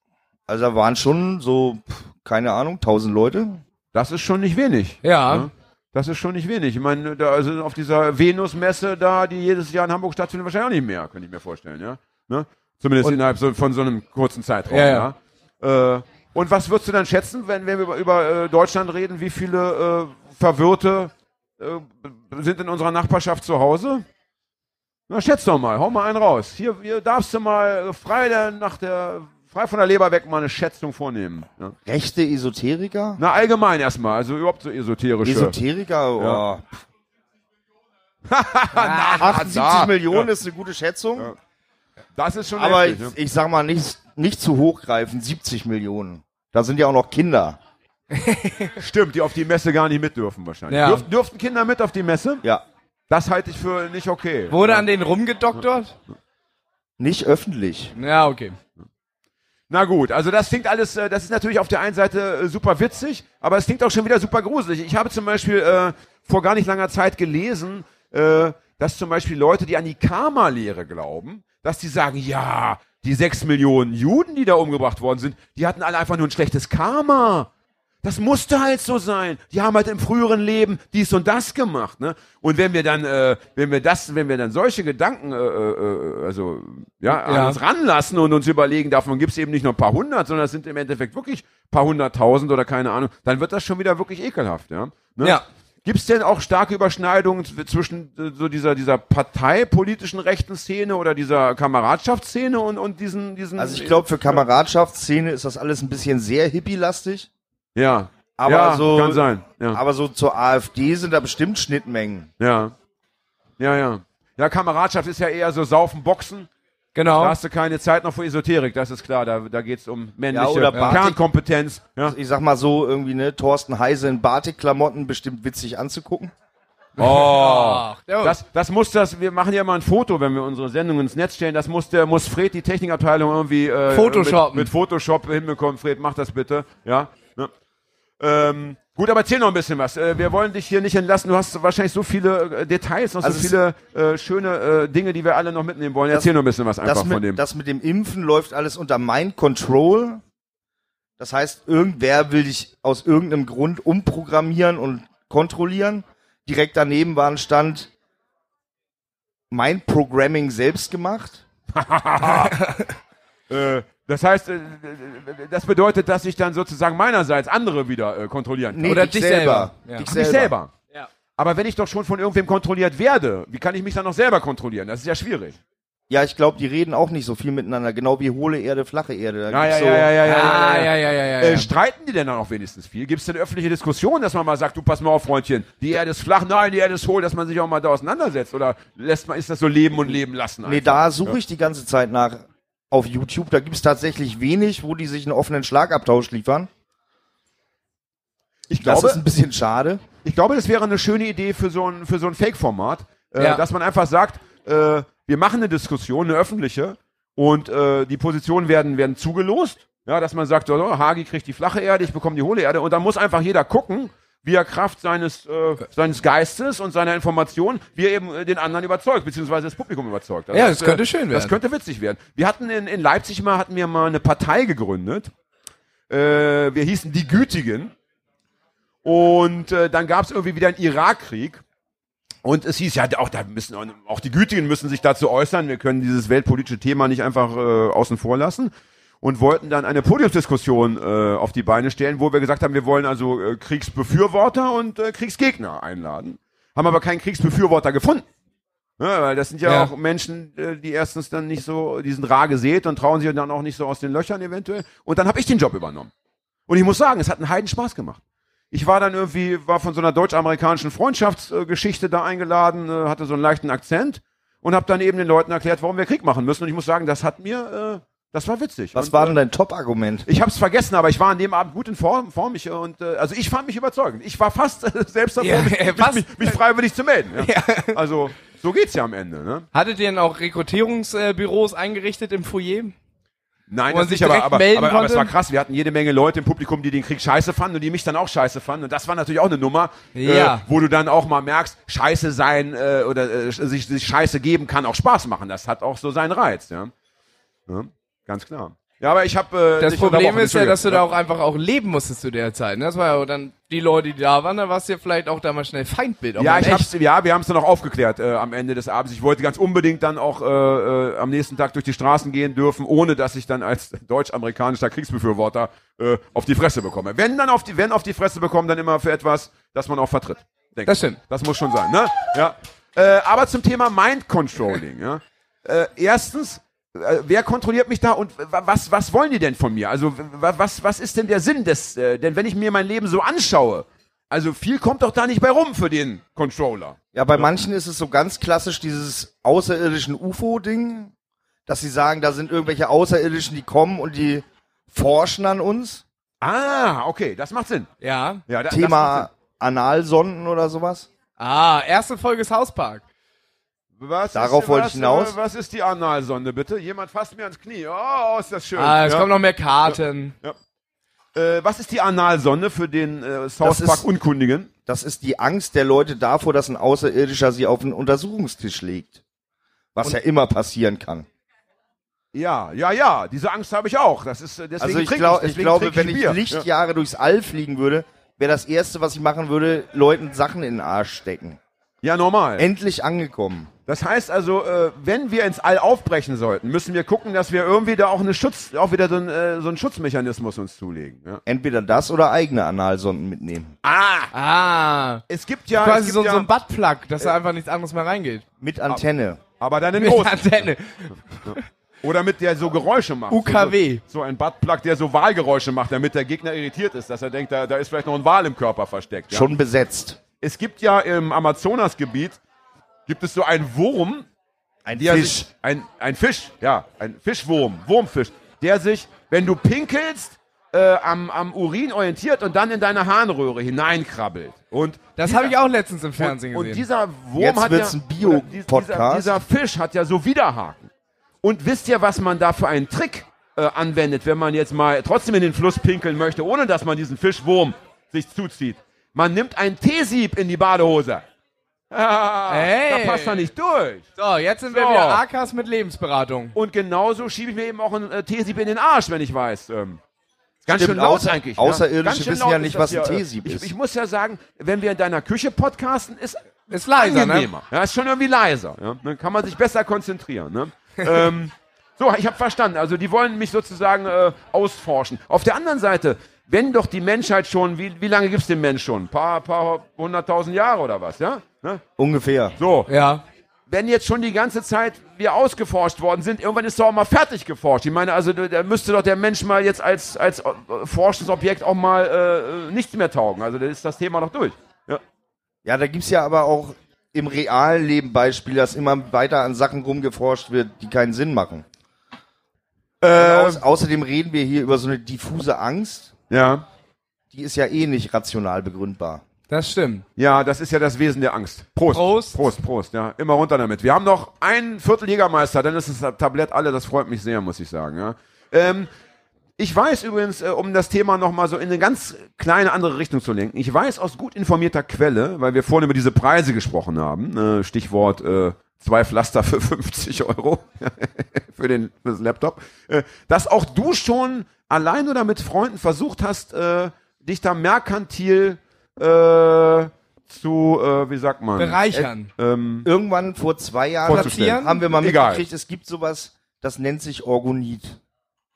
Also da waren schon so, pff, keine Ahnung, tausend Leute. Das ist schon nicht wenig. Ja. Ne? Das ist schon nicht wenig. Ich meine, da also auf dieser Venus-Messe da, die jedes Jahr in Hamburg stattfindet, wahrscheinlich auch nicht mehr, könnte ich mir vorstellen, ja. Ne? Zumindest innerhalb so, von so einem kurzen Zeitraum, Ja, ja. ja. Äh, und was würdest du dann schätzen, wenn, wenn wir über, über äh, Deutschland reden, wie viele äh, Verwirrte äh, sind in unserer Nachbarschaft zu Hause? Na, schätz doch mal, hau mal einen raus. Hier, hier darfst du mal äh, frei der, nach der, frei von der Leber weg mal eine Schätzung vornehmen. Ja? Rechte Esoteriker? Na, allgemein erstmal, also überhaupt so esoterische. Esoteriker? Oh. Ja. pff. Ah. 78 Millionen ist eine gute Schätzung. Das ist schon Aber ich, heftig, ne? ich sag mal, nicht, nicht zu hochgreifen, 70 Millionen. Da sind ja auch noch Kinder. Stimmt, die auf die Messe gar nicht mit dürfen wahrscheinlich. Ja. Dürf, dürften Kinder mit auf die Messe? Ja. Das halte ich für nicht okay. Wurde an den rumgedoktert? Nicht öffentlich. Ja, okay. Na gut, also das klingt alles, äh, das ist natürlich auf der einen Seite äh, super witzig, aber es klingt auch schon wieder super gruselig. Ich habe zum Beispiel äh, vor gar nicht langer Zeit gelesen, äh, dass zum Beispiel Leute, die an die Karma-Lehre glauben, dass die sagen, ja, die sechs Millionen Juden, die da umgebracht worden sind, die hatten alle einfach nur ein schlechtes Karma. Das musste halt so sein. Die haben halt im früheren Leben dies und das gemacht, ne? Und wenn wir dann, äh, wenn wir das, wenn wir dann solche Gedanken, äh, äh, äh, also ja, an Ja. uns ranlassen und uns überlegen, davon gibt's eben nicht nur ein paar hundert, sondern es sind im Endeffekt wirklich paar hunderttausend oder keine Ahnung, dann wird das schon wieder wirklich ekelhaft, ja. Ne? Ja. Gibt's denn auch starke Überschneidungen zw- zwischen äh, so dieser dieser parteipolitischen rechten Szene oder dieser Kameradschaftsszene und und diesen diesen Also ich glaube, für Kameradschaftsszene ist das alles ein bisschen sehr hippie-lastig. ja aber ja, so- kann sein ja. Aber so zur AfD sind da bestimmt Schnittmengen. Ja. Ja, ja. Ja, Kameradschaft ist ja eher so Saufen, Boxen. Genau. Da hast du keine Zeit noch für Esoterik, das ist klar. Da, da geht's um männliche oder Batik. Kernkompetenz. Ja. Ich sag mal so, irgendwie, ne, Thorsten Heise in Batik-Klamotten bestimmt witzig anzugucken. Oh. Ach, der- Das, das muss das, wir machen ja mal ein Foto, wenn wir unsere Sendung ins Netz stellen. Das muss der, muss Fred die Technikabteilung irgendwie äh, Photoshoppen. Mit, mit Photoshop hinbekommen. Fred, mach das bitte. Ja. Ne? Ähm, gut, aber erzähl noch ein bisschen was. Äh, wir wollen dich hier nicht entlassen. Du hast wahrscheinlich so viele äh, Details, noch Also es- so viele äh, schöne äh, Dinge, die wir alle noch mitnehmen wollen. Erzähl noch ein bisschen was einfach das mit, von dem. Das mit dem Impfen läuft alles unter mein Control. Das heißt, irgendwer will dich aus irgendeinem Grund umprogrammieren und kontrollieren. Direkt daneben war ein Stand, mein Programming selbst gemacht. Äh, das heißt, äh, das bedeutet, dass ich dann sozusagen meinerseits andere wieder äh, kontrollieren kann. Nee, Oder dich selber. Ja. Dich Mich Mich selber. selber. Ja. Aber wenn ich doch schon von irgendwem kontrolliert werde, wie kann ich mich dann noch selber kontrollieren? Das ist ja schwierig. Ja, ich glaube, die reden auch nicht so viel miteinander, genau wie hohle Erde, flache Erde. Da Ja, ja, gibt's so, ja, ja, ja, Ah, ja, ja, ja, ja, ja, ja. Äh, streiten die denn dann auch wenigstens viel? Gibt es denn öffentliche Diskussionen, dass man mal sagt, du pass mal auf, Freundchen, die Erde ist flach, nein, die Erde ist hohl, dass man sich auch mal da auseinandersetzt? Oder lässt man, ist das so Leben und Leben lassen? Nee, da suche ich die ganze Zeit nach auf YouTube. Da gibt's tatsächlich wenig, wo die sich einen offenen Schlagabtausch liefern. ich Das ist glaube, ein bisschen schade. ich glaube, das wäre eine schöne Idee für so ein, für so ein Fake-Format, äh, Ja. dass man einfach sagt, äh, wir machen eine Diskussion, eine öffentliche, und äh, die Positionen werden, werden zugelost. Ja, dass man sagt, so, so, Hagi kriegt die flache Erde, ich bekomme die hohle Erde. Und dann muss einfach jeder gucken, wie er Kraft seines, äh, seines Geistes und seiner Information, wie er eben äh, den anderen überzeugt, beziehungsweise das Publikum überzeugt. Also Ja, das könnte schön Das werden. könnte witzig werden. Wir hatten in, in Leipzig mal, hatten wir mal eine Partei gegründet. Äh, wir hießen die Gütigen. Und äh, dann gab es irgendwie wieder einen Irakkrieg. Und es hieß ja auch, da müssen auch die Gütigen müssen sich dazu äußern. Wir können dieses weltpolitische Thema nicht einfach äh, außen vor lassen und wollten dann eine Podiumsdiskussion äh, auf die Beine stellen, wo wir gesagt haben, wir wollen also äh, Kriegsbefürworter und äh, Kriegsgegner einladen. Haben aber keinen Kriegsbefürworter gefunden. Ja, weil das sind ja, Ja. auch Menschen, äh, die erstens dann nicht so, die sind rar gesät und trauen sich dann auch nicht so aus den Löchern eventuell. Und dann habe ich den Job übernommen. Und ich muss sagen, es hat einen Heiden Spaß gemacht. Ich war dann irgendwie, war von so einer deutsch-amerikanischen Freundschaftsgeschichte da eingeladen, äh, hatte so einen leichten Akzent und habe dann eben den Leuten erklärt, warum wir Krieg machen müssen. Und ich muss sagen, das hat mir, äh, das war witzig. Was und, war äh, denn dein Top-Argument? ich habe es vergessen, aber ich war an dem Abend gut in Form, Form ich, äh, und äh, also ich fand mich überzeugend. Ich war fast äh, selbst davor, Ja, mich, äh, mich, fast. mich, mich freiwillig zu melden. Ja. Also so geht's ja am Ende. Ne? Hattet ihr denn auch Rekrutierungsbüros eingerichtet im Foyer? Nein, Wo man das sich nicht, aber, direkt aber, melden aber, aber es konnte? war krass. Wir hatten jede Menge Leute im Publikum, die den Krieg scheiße fanden und die mich dann auch scheiße fanden. Und das war natürlich auch eine Nummer, äh, Ja. wo du dann auch mal merkst, scheiße sein äh, oder äh, sich, sich scheiße geben kann auch Spaß machen. Das hat auch so seinen Reiz. Ja, ja ganz klar. Ja, aber ich habe äh, Das dich Problem unterbrochen, ist ja, Entschuldigung. dass du da auch einfach auch leben musstest zu der Zeit. ne? Das war ja dann die Leute, die da waren, da warst du ja vielleicht auch da mal schnell Feindbild. Oh auch Ja, mal ich echt. hab's, ja, wir haben es dann auch aufgeklärt äh, am Ende des Abends. Ich wollte ganz unbedingt dann auch äh, äh, am nächsten Tag durch die Straßen gehen dürfen, ohne dass ich dann als deutsch-amerikanischer Kriegsbefürworter äh, auf die Fresse bekomme. Wenn dann auf die, wenn auf die Fresse bekommen, dann immer für etwas, das man auch vertritt. Denk Das ich. stimmt. Das muss schon sein, ne? Ja. Äh, aber zum Thema Mind Controlling, ja. Äh, erstens, äh, wer kontrolliert mich da und wa- was, was wollen die denn von mir? Also wa- was, was ist denn der Sinn des, äh, denn wenn ich mir mein Leben so anschaue, also viel kommt doch da nicht bei rum für den Controller. Ja, bei manchen ist es so ganz klassisch dieses außerirdischen UFO-Ding, dass sie sagen, da sind irgendwelche Außerirdischen, die kommen und die forschen an uns. Ah, okay, das macht Sinn. ja. Ja, da, das macht Thema Analsonden oder sowas. Ah, erste Folge ist Hauspark. Sinn. Was Darauf ist, wollte was, ich hinaus. äh, Was ist die Analsonde, bitte? Jemand fasst mir ans Knie. Oh, ist das schön. Ah, es ja. kommen noch mehr Karten. äh, was ist die Analsonde für den äh, South Das Park ist- Unkundigen? Das ist die Angst der Leute davor, dass ein Außerirdischer sie auf den Untersuchungstisch legt. Was ja immer passieren kann. Ja, ja, ja, diese Angst habe ich auch. Das ist äh, deswegen Also ich, trinke glaub, ich deswegen glaube, trinke wenn ich Bier. ja. Lichtjahre durchs All fliegen würde, wäre das Erste, was ich machen würde, Leuten Sachen in den Arsch stecken. ja, normal. Endlich angekommen. Das heißt also, äh, wenn wir ins All aufbrechen sollten, müssen wir gucken, dass wir irgendwie da auch eine Schutz, auch wieder so, ein, äh, so einen Schutzmechanismus uns zulegen. Ja. Entweder das oder eigene Analsonden mitnehmen. Ah, Ah. es gibt ja, es Quasi gibt so, ja so ein Buttplug, dass da einfach nichts anderes mehr reingeht. Mit Antenne. aber dann in Mit groß Antenne. oder mit der so Geräusche macht. UKW. So, so ein Buttplug, der so Wahlgeräusche macht, damit der Gegner irritiert ist, dass er denkt, da, da ist vielleicht noch ein Wal im Körper versteckt. Ja. Schon besetzt. Es gibt ja im Amazonasgebiet gibt es so einen Wurm, Ein der Fisch. Sich, ein, ein Fisch, ja, ein Fischwurm, Wurmfisch, der sich, wenn du pinkelst, äh, am, am Urin orientiert und dann in deine Harnröhre hineinkrabbelt. Und Das habe ich auch letztens im Fernsehen und, gesehen. Und dieser Wurm Jetzt hat wird's ja, ein Bio- oder dies- Podcast. Dieser, dieser Fisch hat ja so Widerhaken. Und wisst ihr, was man da für einen Trick äh, anwendet, wenn man jetzt mal trotzdem in den Fluss pinkeln möchte, ohne dass man diesen Fischwurm sich zuzieht? Man nimmt ein Teesieb in die Badehose. Ah, Hey. Da passt er nicht durch. so, jetzt sind wir So. wieder AKs mit Lebensberatung. Und genauso schiebe ich mir eben auch ein äh, Teesieb in den Arsch, wenn ich weiß. Ähm, ganz Stimmt, schön laut außer- eigentlich. Außerirdische ne? Ganz schön wissen laut ja ist nicht, das was ein hier, äh, Teesieb ich, ist. Ich muss ja sagen, wenn wir in deiner Küche podcasten, ist Ist leiser, ne? angenehmer. Ja, ist schon irgendwie leiser. Ja? Dann kann man sich besser konzentrieren. Ne? ähm, so, ich habe verstanden. Also die wollen mich sozusagen äh, ausforschen. Auf der anderen Seite, wenn doch die Menschheit schon, wie, wie lange gibt's den Mensch schon? Ein paar, paar hunderttausend Jahre oder was, ja? Ne? Ungefähr. So, Ja. wenn jetzt schon die ganze Zeit wir ausgeforscht worden sind, irgendwann ist doch auch mal fertig geforscht. Ich meine, also da da müsste doch der Mensch mal jetzt als, als äh, Forschungsobjekt auch mal äh, nichts mehr taugen. Also da ist das Thema noch durch. Ja. Ja, da gibt's ja aber auch im realen Leben Beispiele, dass immer weiter an Sachen rumgeforscht wird, die keinen Sinn machen. Äh, Aus, außerdem reden wir hier über so eine diffuse Angst, ja. die ist ja eh nicht rational begründbar. Das stimmt. Ja, das ist ja das Wesen der Angst. Prost. Prost. Prost, Prost, ja. Immer runter damit. Wir haben noch einen Vierteljägermeister, dann ist das Tablett alle, das freut mich sehr, muss ich sagen, ja. Ähm, ich weiß übrigens, äh, um das Thema nochmal so in eine ganz kleine andere Richtung zu lenken, ich weiß aus gut informierter Quelle, weil wir vorhin über diese Preise gesprochen haben, äh, Stichwort äh, zwei Pflaster für 50 Euro für, den, für das Laptop, äh, dass auch du schon allein oder mit Freunden versucht hast, äh, dich da merkantil äh, zu, äh, wie sagt man? Bereichern. ähm, Irgendwann vor zwei Jahren vorzustellen. haben wir mal Egal. mitgekriegt, es gibt sowas, das nennt sich Orgonit.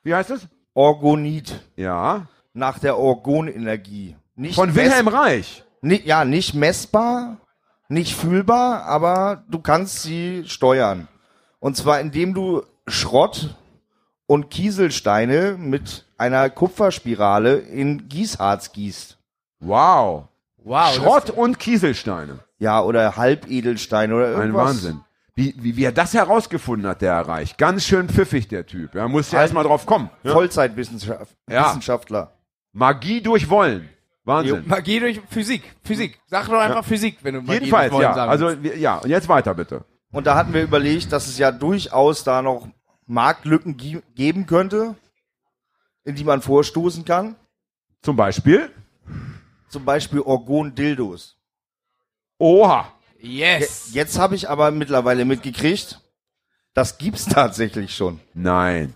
Wie heißt es? Orgonit Ja. nach der Orgonenergie. Nicht Von mess- Wilhelm Reich. Ni- ja, nicht messbar, nicht fühlbar, aber du kannst sie steuern. Und zwar indem du Schrott und Kieselsteine mit einer Kupferspirale in Gießharz gießt. Wow. Wow. Schrott und Kieselsteine. Ja, oder Halbedelsteine oder Ein irgendwas. Wahnsinn. Wie, wie, wie er das herausgefunden hat, der Herr Reich. Ganz schön pfiffig, der Typ. Ja, muss ja Halt- erstmal drauf kommen. Ja. Ja. Vollzeitwissenschaftler. Magie durch Wollen. Wahnsinn. Magie durch Physik. Physik. Sag doch einfach Physik, wenn du Magie Jedenfalls, durch Wollen ja. sagen Also, wir- ja. Und jetzt weiter, bitte. Und da hatten wir überlegt, dass es ja durchaus da noch Marktlücken gi- geben könnte, in die man vorstoßen kann. Zum Beispiel. Zum Beispiel Orgon-Dildos. Oha. willst. Yes. Jetzt habe ich aber mittlerweile mitgekriegt, das gibt's tatsächlich schon. Nein.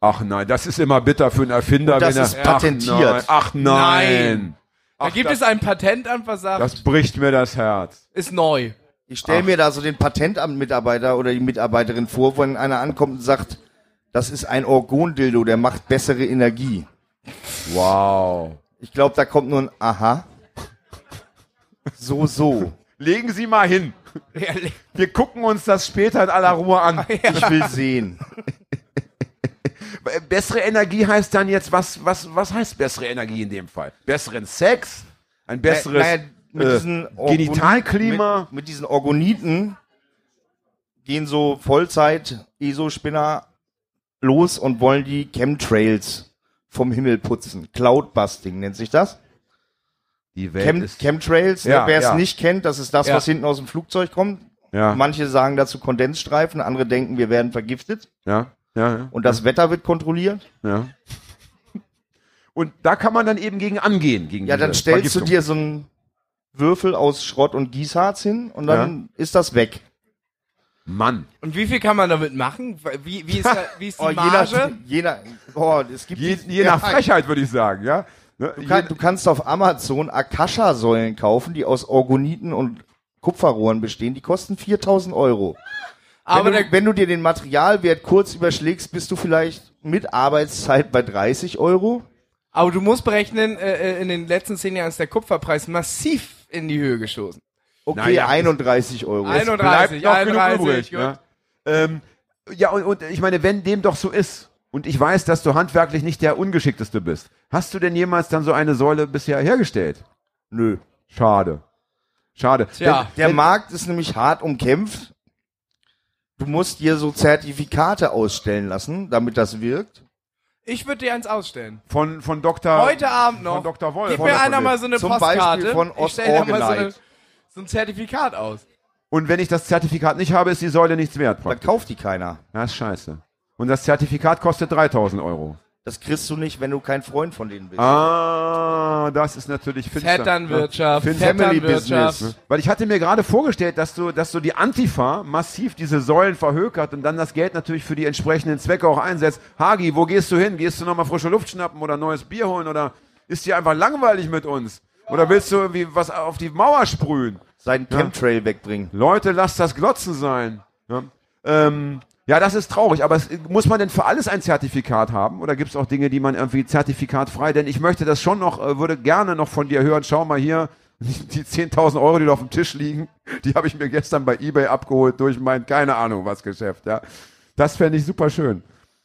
Ach nein, das ist immer bitter für einen Erfinder, Und das wenn er ist patentiert. Ach nein. Nein. Ach, da gibt das, es ein Patent an Versagt. das bricht mir das Herz. ist neu. Ich stelle mir da so den Patentamtmitarbeiter oder die Mitarbeiterin vor, wenn einer ankommt und sagt, das ist ein Orgondildo, der macht bessere Energie. Wow. Ich glaube, da kommt nur ein Aha. So, so. Legen Sie mal hin. Ehrlich. Wir gucken uns das später in aller Ruhe an. Ich will sehen. Äh, Bessere Energie heißt dann jetzt, was, was, was heißt bessere Energie in dem Fall? Besseren Sex? Ein besseres Naja, mit diesen äh, Orgon- Genitalklima? Mit, mit diesen Orgoniten gehen so Vollzeit-ESO-Spinner los und wollen die Chemtrails vom Himmel putzen. Cloudbusting nennt sich das. Die Chem Chemtrails, Ja, ne, wer es ja. nicht kennt, das ist das, Ja. was hinten aus dem Flugzeug kommt. ja, Manche sagen dazu Kondensstreifen, andere denken, wir werden vergiftet ja, ja, ja, und das Wetter wird kontrolliert. ja. Und da kann man dann eben gegen angehen. Gegen Ja, diese dann stellst du Vergiftung. dir so einen Würfel aus Schrott und Gießharz hin und dann ist das weg. Mann, Und wie viel kann man damit machen? Wie, wie, ist, da, wie ist die Oh, je nach, Marge? je nach, oh, es gibt je, dies- je ja, nach Frechheit würde ich sagen, ja. Ne, Du, je- kann, du kannst auf Amazon Akasha-Säulen kaufen, die aus Orgoniten und Kupferrohren bestehen. Die kosten 4000 Euro. Aber wenn, der, du, wenn du dir den Materialwert kurz überschlägst, bist du vielleicht mit Arbeitszeit bei 30 Euro. Aber du musst berechnen, äh, äh, in den letzten zehn Jahren ist der Kupferpreis massiv in die Höhe geschossen. Okay, Naja. 31 Euro. Ein- Es 31, bleibt noch 31, genug übrig. gut. Ja, ähm, ja und, und ich meine, wenn dem doch so ist, und ich weiß, dass du handwerklich nicht der Ungeschickteste bist, hast du denn jemals dann so eine Säule bisher hergestellt? Nö. Schade. Schade. Tja. Der Markt ist nämlich hart umkämpft. Du musst dir so Zertifikate ausstellen lassen, damit das wirkt. Ich würde dir eins ausstellen. Denn Von, von Dr. Heute Abend noch. Von Dr. Wolf. Gib Von mir Dr. einer Wolf. mal so eine Zum Beispiel Postkarte. von ich stell dir mal so, eine, Organite. so ein Zertifikat aus. Und wenn ich das Zertifikat nicht habe, ist die Säule nichts wert. Dann praktisch. kauft die keiner. Das ist scheiße. Und das Zertifikat kostet 3000 Euro. Das kriegst du nicht, wenn du kein Freund von denen bist. Ah, das ist natürlich finster. Vetternwirtschaft, Finster. Vetternwirtschaft. Ne? Weil ich hatte mir gerade vorgestellt, dass du, dass du die Antifa massiv diese Säulen verhökert und dann das Geld natürlich für die entsprechenden Zwecke auch einsetzt. Hagi, wo gehst du hin? Gehst du nochmal frische Luft schnappen oder neues Bier holen oder ist dir einfach langweilig mit uns? Oder willst du irgendwie was auf die Mauer sprühen? Seinen Chemtrail wegbringen. Leute, lasst das Glotzen sein. Ja, ähm, ja das ist traurig, aber es, muss man denn für alles ein Zertifikat haben? Oder gibt es auch Dinge, die man irgendwie zertifikatfrei? Denn ich möchte das schon noch, äh, würde gerne noch von dir hören. Schau mal hier, Die 10.000 Euro, die da auf dem Tisch liegen, die habe ich mir gestern bei Ebay abgeholt durch mein, keine Ahnung was Geschäft, ja. Das fände ich super schön.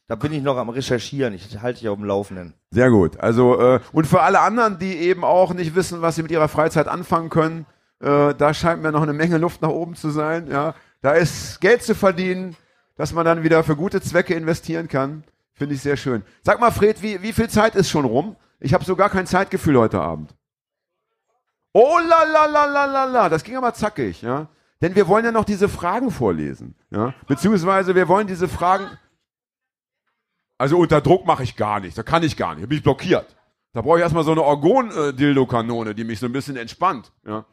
Da bin ich noch am Recherchieren. Ich halte dich auf dem Laufenden. Sehr gut. Also äh, und für alle anderen, die eben auch nicht wissen, was sie mit ihrer Freizeit anfangen können, äh, da scheint mir noch eine Menge Luft nach oben zu sein. Ja, da ist Geld zu verdienen, dass man dann wieder für gute Zwecke investieren kann. Finde ich sehr schön. Sag mal, Fred, wie, wie viel Zeit ist schon rum? Ich habe so gar kein Zeitgefühl heute Abend. Oh la la la la la la, das ging aber zackig, ja. Denn wir wollen ja noch diese Fragen vorlesen, ja. Beziehungsweise wir wollen diese Fragen. Also unter Druck mache ich gar nichts. Da kann ich gar nicht. Da bin ich blockiert. Da brauche ich erstmal so eine Orgon-Dildo-Kanone, die mich so ein bisschen entspannt. Ja.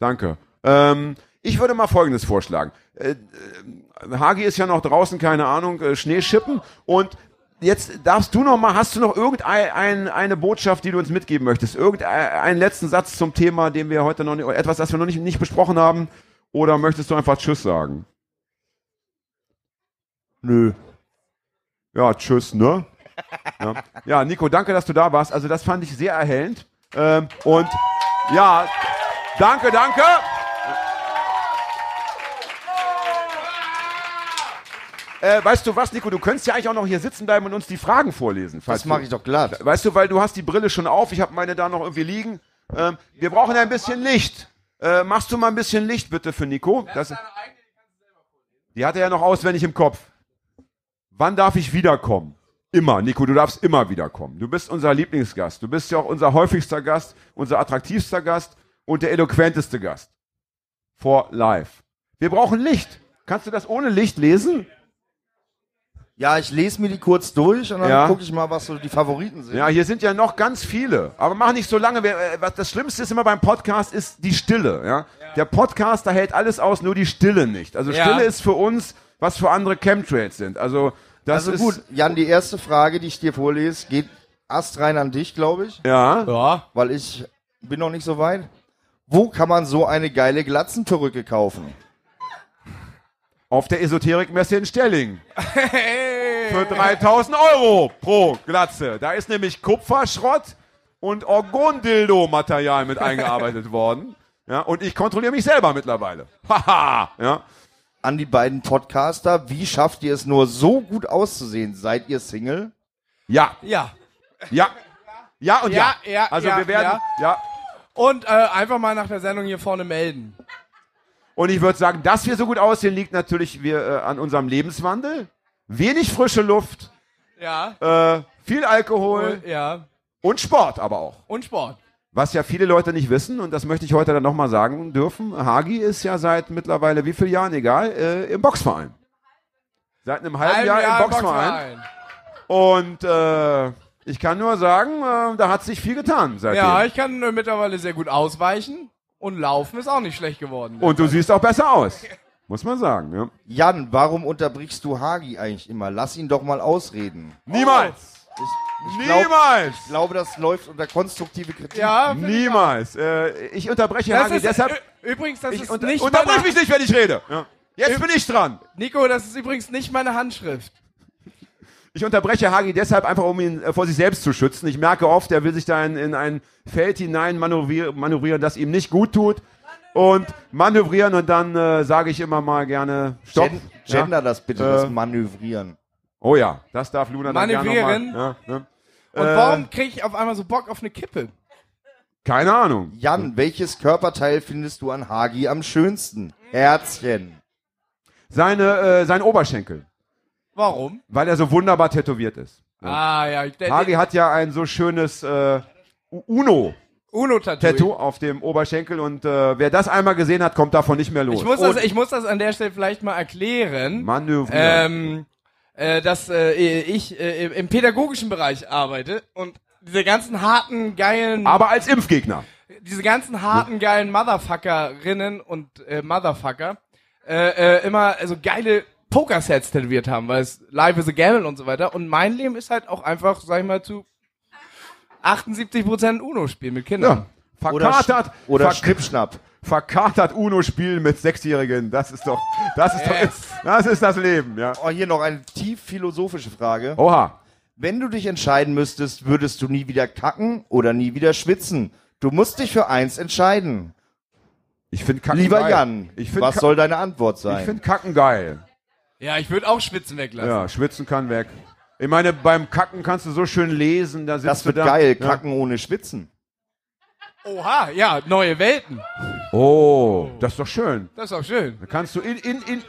Danke. Ähm, ich würde mal Folgendes vorschlagen. Äh, äh, Hagi ist ja noch draußen, keine Ahnung, äh, Schneeschippen. Und jetzt darfst du noch mal, hast du noch irgendeine ein, eine Botschaft, die du uns mitgeben möchtest? Irgendeinen letzten Satz zum Thema, den wir heute noch nicht, etwas, das wir noch nicht, nicht besprochen haben? Oder möchtest du einfach Tschüss sagen? Nö. Ja, tschüss, ne? Ja. ja, Nico, danke, dass du da warst. Also das fand ich sehr erhellend. Ähm, und ja, danke, danke. Äh, weißt du was, Nico, du könntest ja eigentlich auch noch hier sitzen bleiben und uns die Fragen vorlesen. falls Das mache du- ich doch glatt. Weißt du, weil du hast die Brille schon auf, ich habe meine da noch irgendwie liegen. Ähm, wir brauchen ein bisschen Licht. Äh, machst du mal ein bisschen Licht bitte für Nico? Das, die hat er ja noch auswendig im Kopf. Wann darf ich wiederkommen? Immer, Nico, du darfst immer wiederkommen. Du bist unser Lieblingsgast. Du bist ja auch unser häufigster Gast, unser attraktivster Gast und der eloquenteste Gast. For life. Wir brauchen Licht. Kannst du das ohne Licht lesen? Ja, ich lese mir die kurz durch und dann Ja. gucke ich mal, was so die Favoriten sind. Ja, hier sind ja noch ganz viele. Aber mach nicht so lange. Wer- äh, was- Das Schlimmste ist immer beim Podcast ist die Stille. Ja? Der Podcaster hält alles aus, nur die Stille nicht. Also Ja. Stille ist für uns, was für andere Chemtrails sind. Also das also ist gut, Jan, die erste Frage, die ich dir vorlese, geht astrein an dich, glaube ich, Ja. Ja. weil ich bin noch nicht so weit. Wo kann man so eine geile Glatzenperücke kaufen? Auf der Esoterikmesse in Stelling. Für 3000 Euro pro Glatze. Da ist nämlich Kupferschrott und Orgondildo-Material mit eingearbeitet worden. Ja, und ich kontrolliere mich selber mittlerweile. Haha. ja. An die beiden Podcaster, wie schafft ihr es nur so gut auszusehen? Seid ihr Single? ja, Ja. ja, ja und ja. Ja, ja, also ja, wir werden, ja. Und äh, einfach mal nach der Sendung hier vorne melden. Und ich würde sagen, dass wir so gut aussehen, liegt natürlich wir, äh, an unserem Lebenswandel. Wenig frische Luft, Ja. äh, viel Alkohol Und, ja. und Sport aber auch. Und Sport. Was ja viele Leute nicht wissen, und das möchte ich heute dann nochmal sagen dürfen, Hagi ist ja seit mittlerweile wie vielen Jahren, egal, äh, im Boxverein. Seit einem halben Ein Jahr, Jahr im Boxverein. Boxverein. Und äh, ich kann nur sagen, äh, da hat sich viel getan seitdem. Ja, ich kann äh, mittlerweile sehr gut ausweichen. Und laufen ist auch nicht schlecht geworden. und du siehst auch besser aus, muss man sagen. Ja. Jan, warum unterbrichst du Hagi eigentlich immer? Lass ihn doch mal ausreden. Niemals! Oh, Ich, ich glaub- Niemals! Ich glaube, das läuft unter konstruktive Kritik. ja, finde ich auch. Niemals. Äh, ich unterbreche Das Hagi, ist, deshalb. Ü- übrigens, das Ich ist unter nicht unterbrich meine, Äh, mich nicht, wenn ich rede. Ja. Jetzt bin ich dran. Nico, das ist übrigens nicht meine Handschrift. Ich unterbreche Hagi deshalb einfach, um ihn äh, vor sich selbst zu schützen. Ich merke oft, er will sich da in, in ein Feld hinein manövrieren, manövrieren, das ihm nicht gut tut. Und manövrieren und dann äh, sage ich immer mal gerne Stopp. Gen Gender ja. das bitte, Äh. das Manövrieren. Oh ja, das darf Luna dann gerne Manövrieren. nochmal. Ja, ne? Und Äh. warum kriege ich auf einmal so Bock auf eine Kippe? Keine Ahnung. Jan, welches Körperteil findest du an Hagi am schönsten? Herzchen. Seine, äh, sein Oberschenkel, Warum? weil er so wunderbar tätowiert ist. Ah ja, ich der- Hagi hat ja ein so schönes äh, Uno. Tattoo Uno-Tattoo. auf dem Oberschenkel und äh, wer das einmal gesehen hat, kommt davon nicht mehr los. Ich muss, das, und ich muss das an der Stelle vielleicht mal erklären. manövrieren. ähm, äh, dass äh, ich äh, im pädagogischen Bereich arbeite und diese ganzen harten, geilen, aber als Impfgegner. diese ganzen harten, geilen Motherfuckerinnen und äh, Motherfucker äh, äh, immer so geile Pokersets tätowiert haben, weil es Live is a Gamble und so weiter. Und mein Leben ist halt auch einfach, sag ich mal, zu 78% Uno-Spiel mit Ja. Kindern. Oder, Verkatert, Sch- oder verk Schnippschnapp. verkatert Uno-Spielen mit Sechsjährigen. Das ist doch, das ist Äh. Yes. doch, das ist das Leben, ja. Oh, hier noch eine tief philosophische Frage. Oha. Wenn du dich entscheiden müsstest, würdest du nie wieder kacken oder nie wieder schwitzen? Du musst dich für eins entscheiden. Ich finde Kacken Lieber geil. Jan, ich was soll deine Antwort Ich sein? finde Kacken geil. Ja, ich würde auch Schwitzen weglassen. Ja, schwitzen kann weg. Ich meine, beim Kacken kannst du so schön lesen, da sitzt Das du wird da. geil, Ja. kacken ohne Schwitzen. Oha, ja, neue Welten. Oh, das ist doch schön. Das ist auch schön. Da kannst du in, in, in,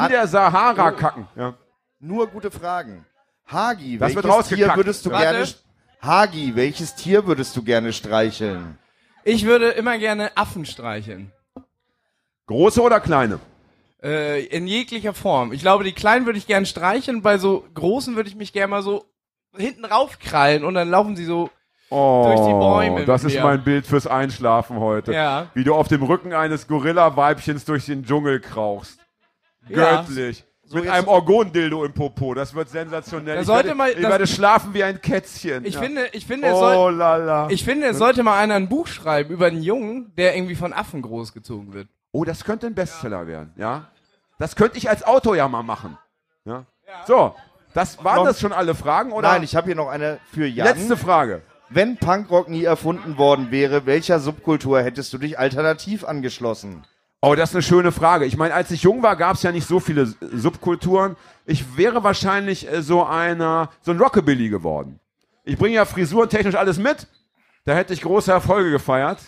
Ah. in der Sahara kacken. Ja. Nur gute Fragen. Hagi, Das wird welches Tier rausgekackt. würdest du Warte. gerne st- Hagi, welches Tier würdest du gerne streicheln? Ich würde immer gerne Affen streicheln. Große oder kleine? Äh, in jeglicher Form. Ich glaube, die kleinen würde ich gerne streicheln, bei so großen würde ich mich gerne mal so hinten raufkrallen und dann laufen sie so. Oh, Durch die Bäume das mit ist mir. mein Bild fürs Einschlafen heute. Ja. Wie du auf dem Rücken eines Gorilla-Weibchens durch den Dschungel krauchst. Ja. Göttlich. Mit jetzt- einem Orgondildo im Popo. Das wird sensationell. Da ich sollte werde, mal- ich das- werde schlafen wie ein Kätzchen. Ich Ja. finde, ich finde, es soll, Oh la la. ich finde, es sollte mal einer ein Buch schreiben über einen Jungen, der irgendwie von Affen großgezogen wird. Oh, das könnte ein Bestseller werden, ja? Das könnte ich als Autor ja mal machen. Ja? So, das waren Noch- das schon alle Fragen, oder? Nein, ich habe hier noch eine für Jan. Letzte Frage. Wenn Punkrock nie erfunden worden wäre, welcher Subkultur hättest du dich alternativ angeschlossen? Oh, das ist eine schöne Frage. Ich meine, als ich jung war, gab es ja nicht so viele S- Subkulturen. Ich wäre wahrscheinlich äh, so einer, so ein Rockabilly geworden. Ich bringe ja frisurentechnisch alles mit. Da hätte ich große Erfolge gefeiert,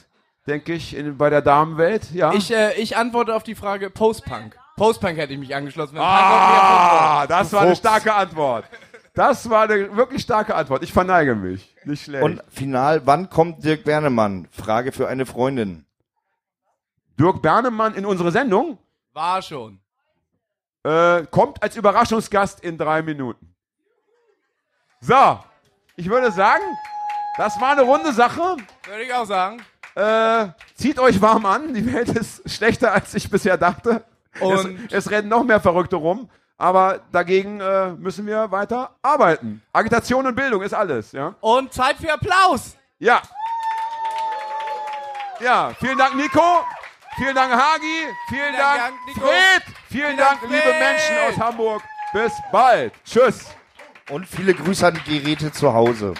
denke ich, in, bei der Damenwelt. Ja. Ich, äh, ich antworte auf die Frage Post-Punk. Post-Punk hätte ich mich angeschlossen. wenn ah, das war eine Fuchs. starke Antwort. Das war eine wirklich starke Antwort. Ich verneige mich. Nicht schlecht. Und final, wann kommt Dirk Bernemann? Frage für eine Freundin. Dirk Bernemann in unsere Sendung Punk War schon. äh, kommt als Überraschungsgast in drei Minuten. So, ich würde sagen, das war eine runde Sache. Würde ich auch sagen. Äh, zieht euch warm an. Die Welt ist schlechter, als ich bisher dachte. Und- es, es rennen noch mehr Verrückte rum. Aber dagegen äh, müssen wir weiter arbeiten. Agitation und Bildung ist alles, ja? Und Zeit für Applaus. Ja. Ja, vielen Dank, Nico. Vielen Dank, Hagi. Vielen, Dank, Dank, Nico. Fred. Vielen, Dank, Dank, liebe Fred. Menschen aus Hamburg. Bis bald. Tschüss. Und viele Grüße an die Geräte zu Hause.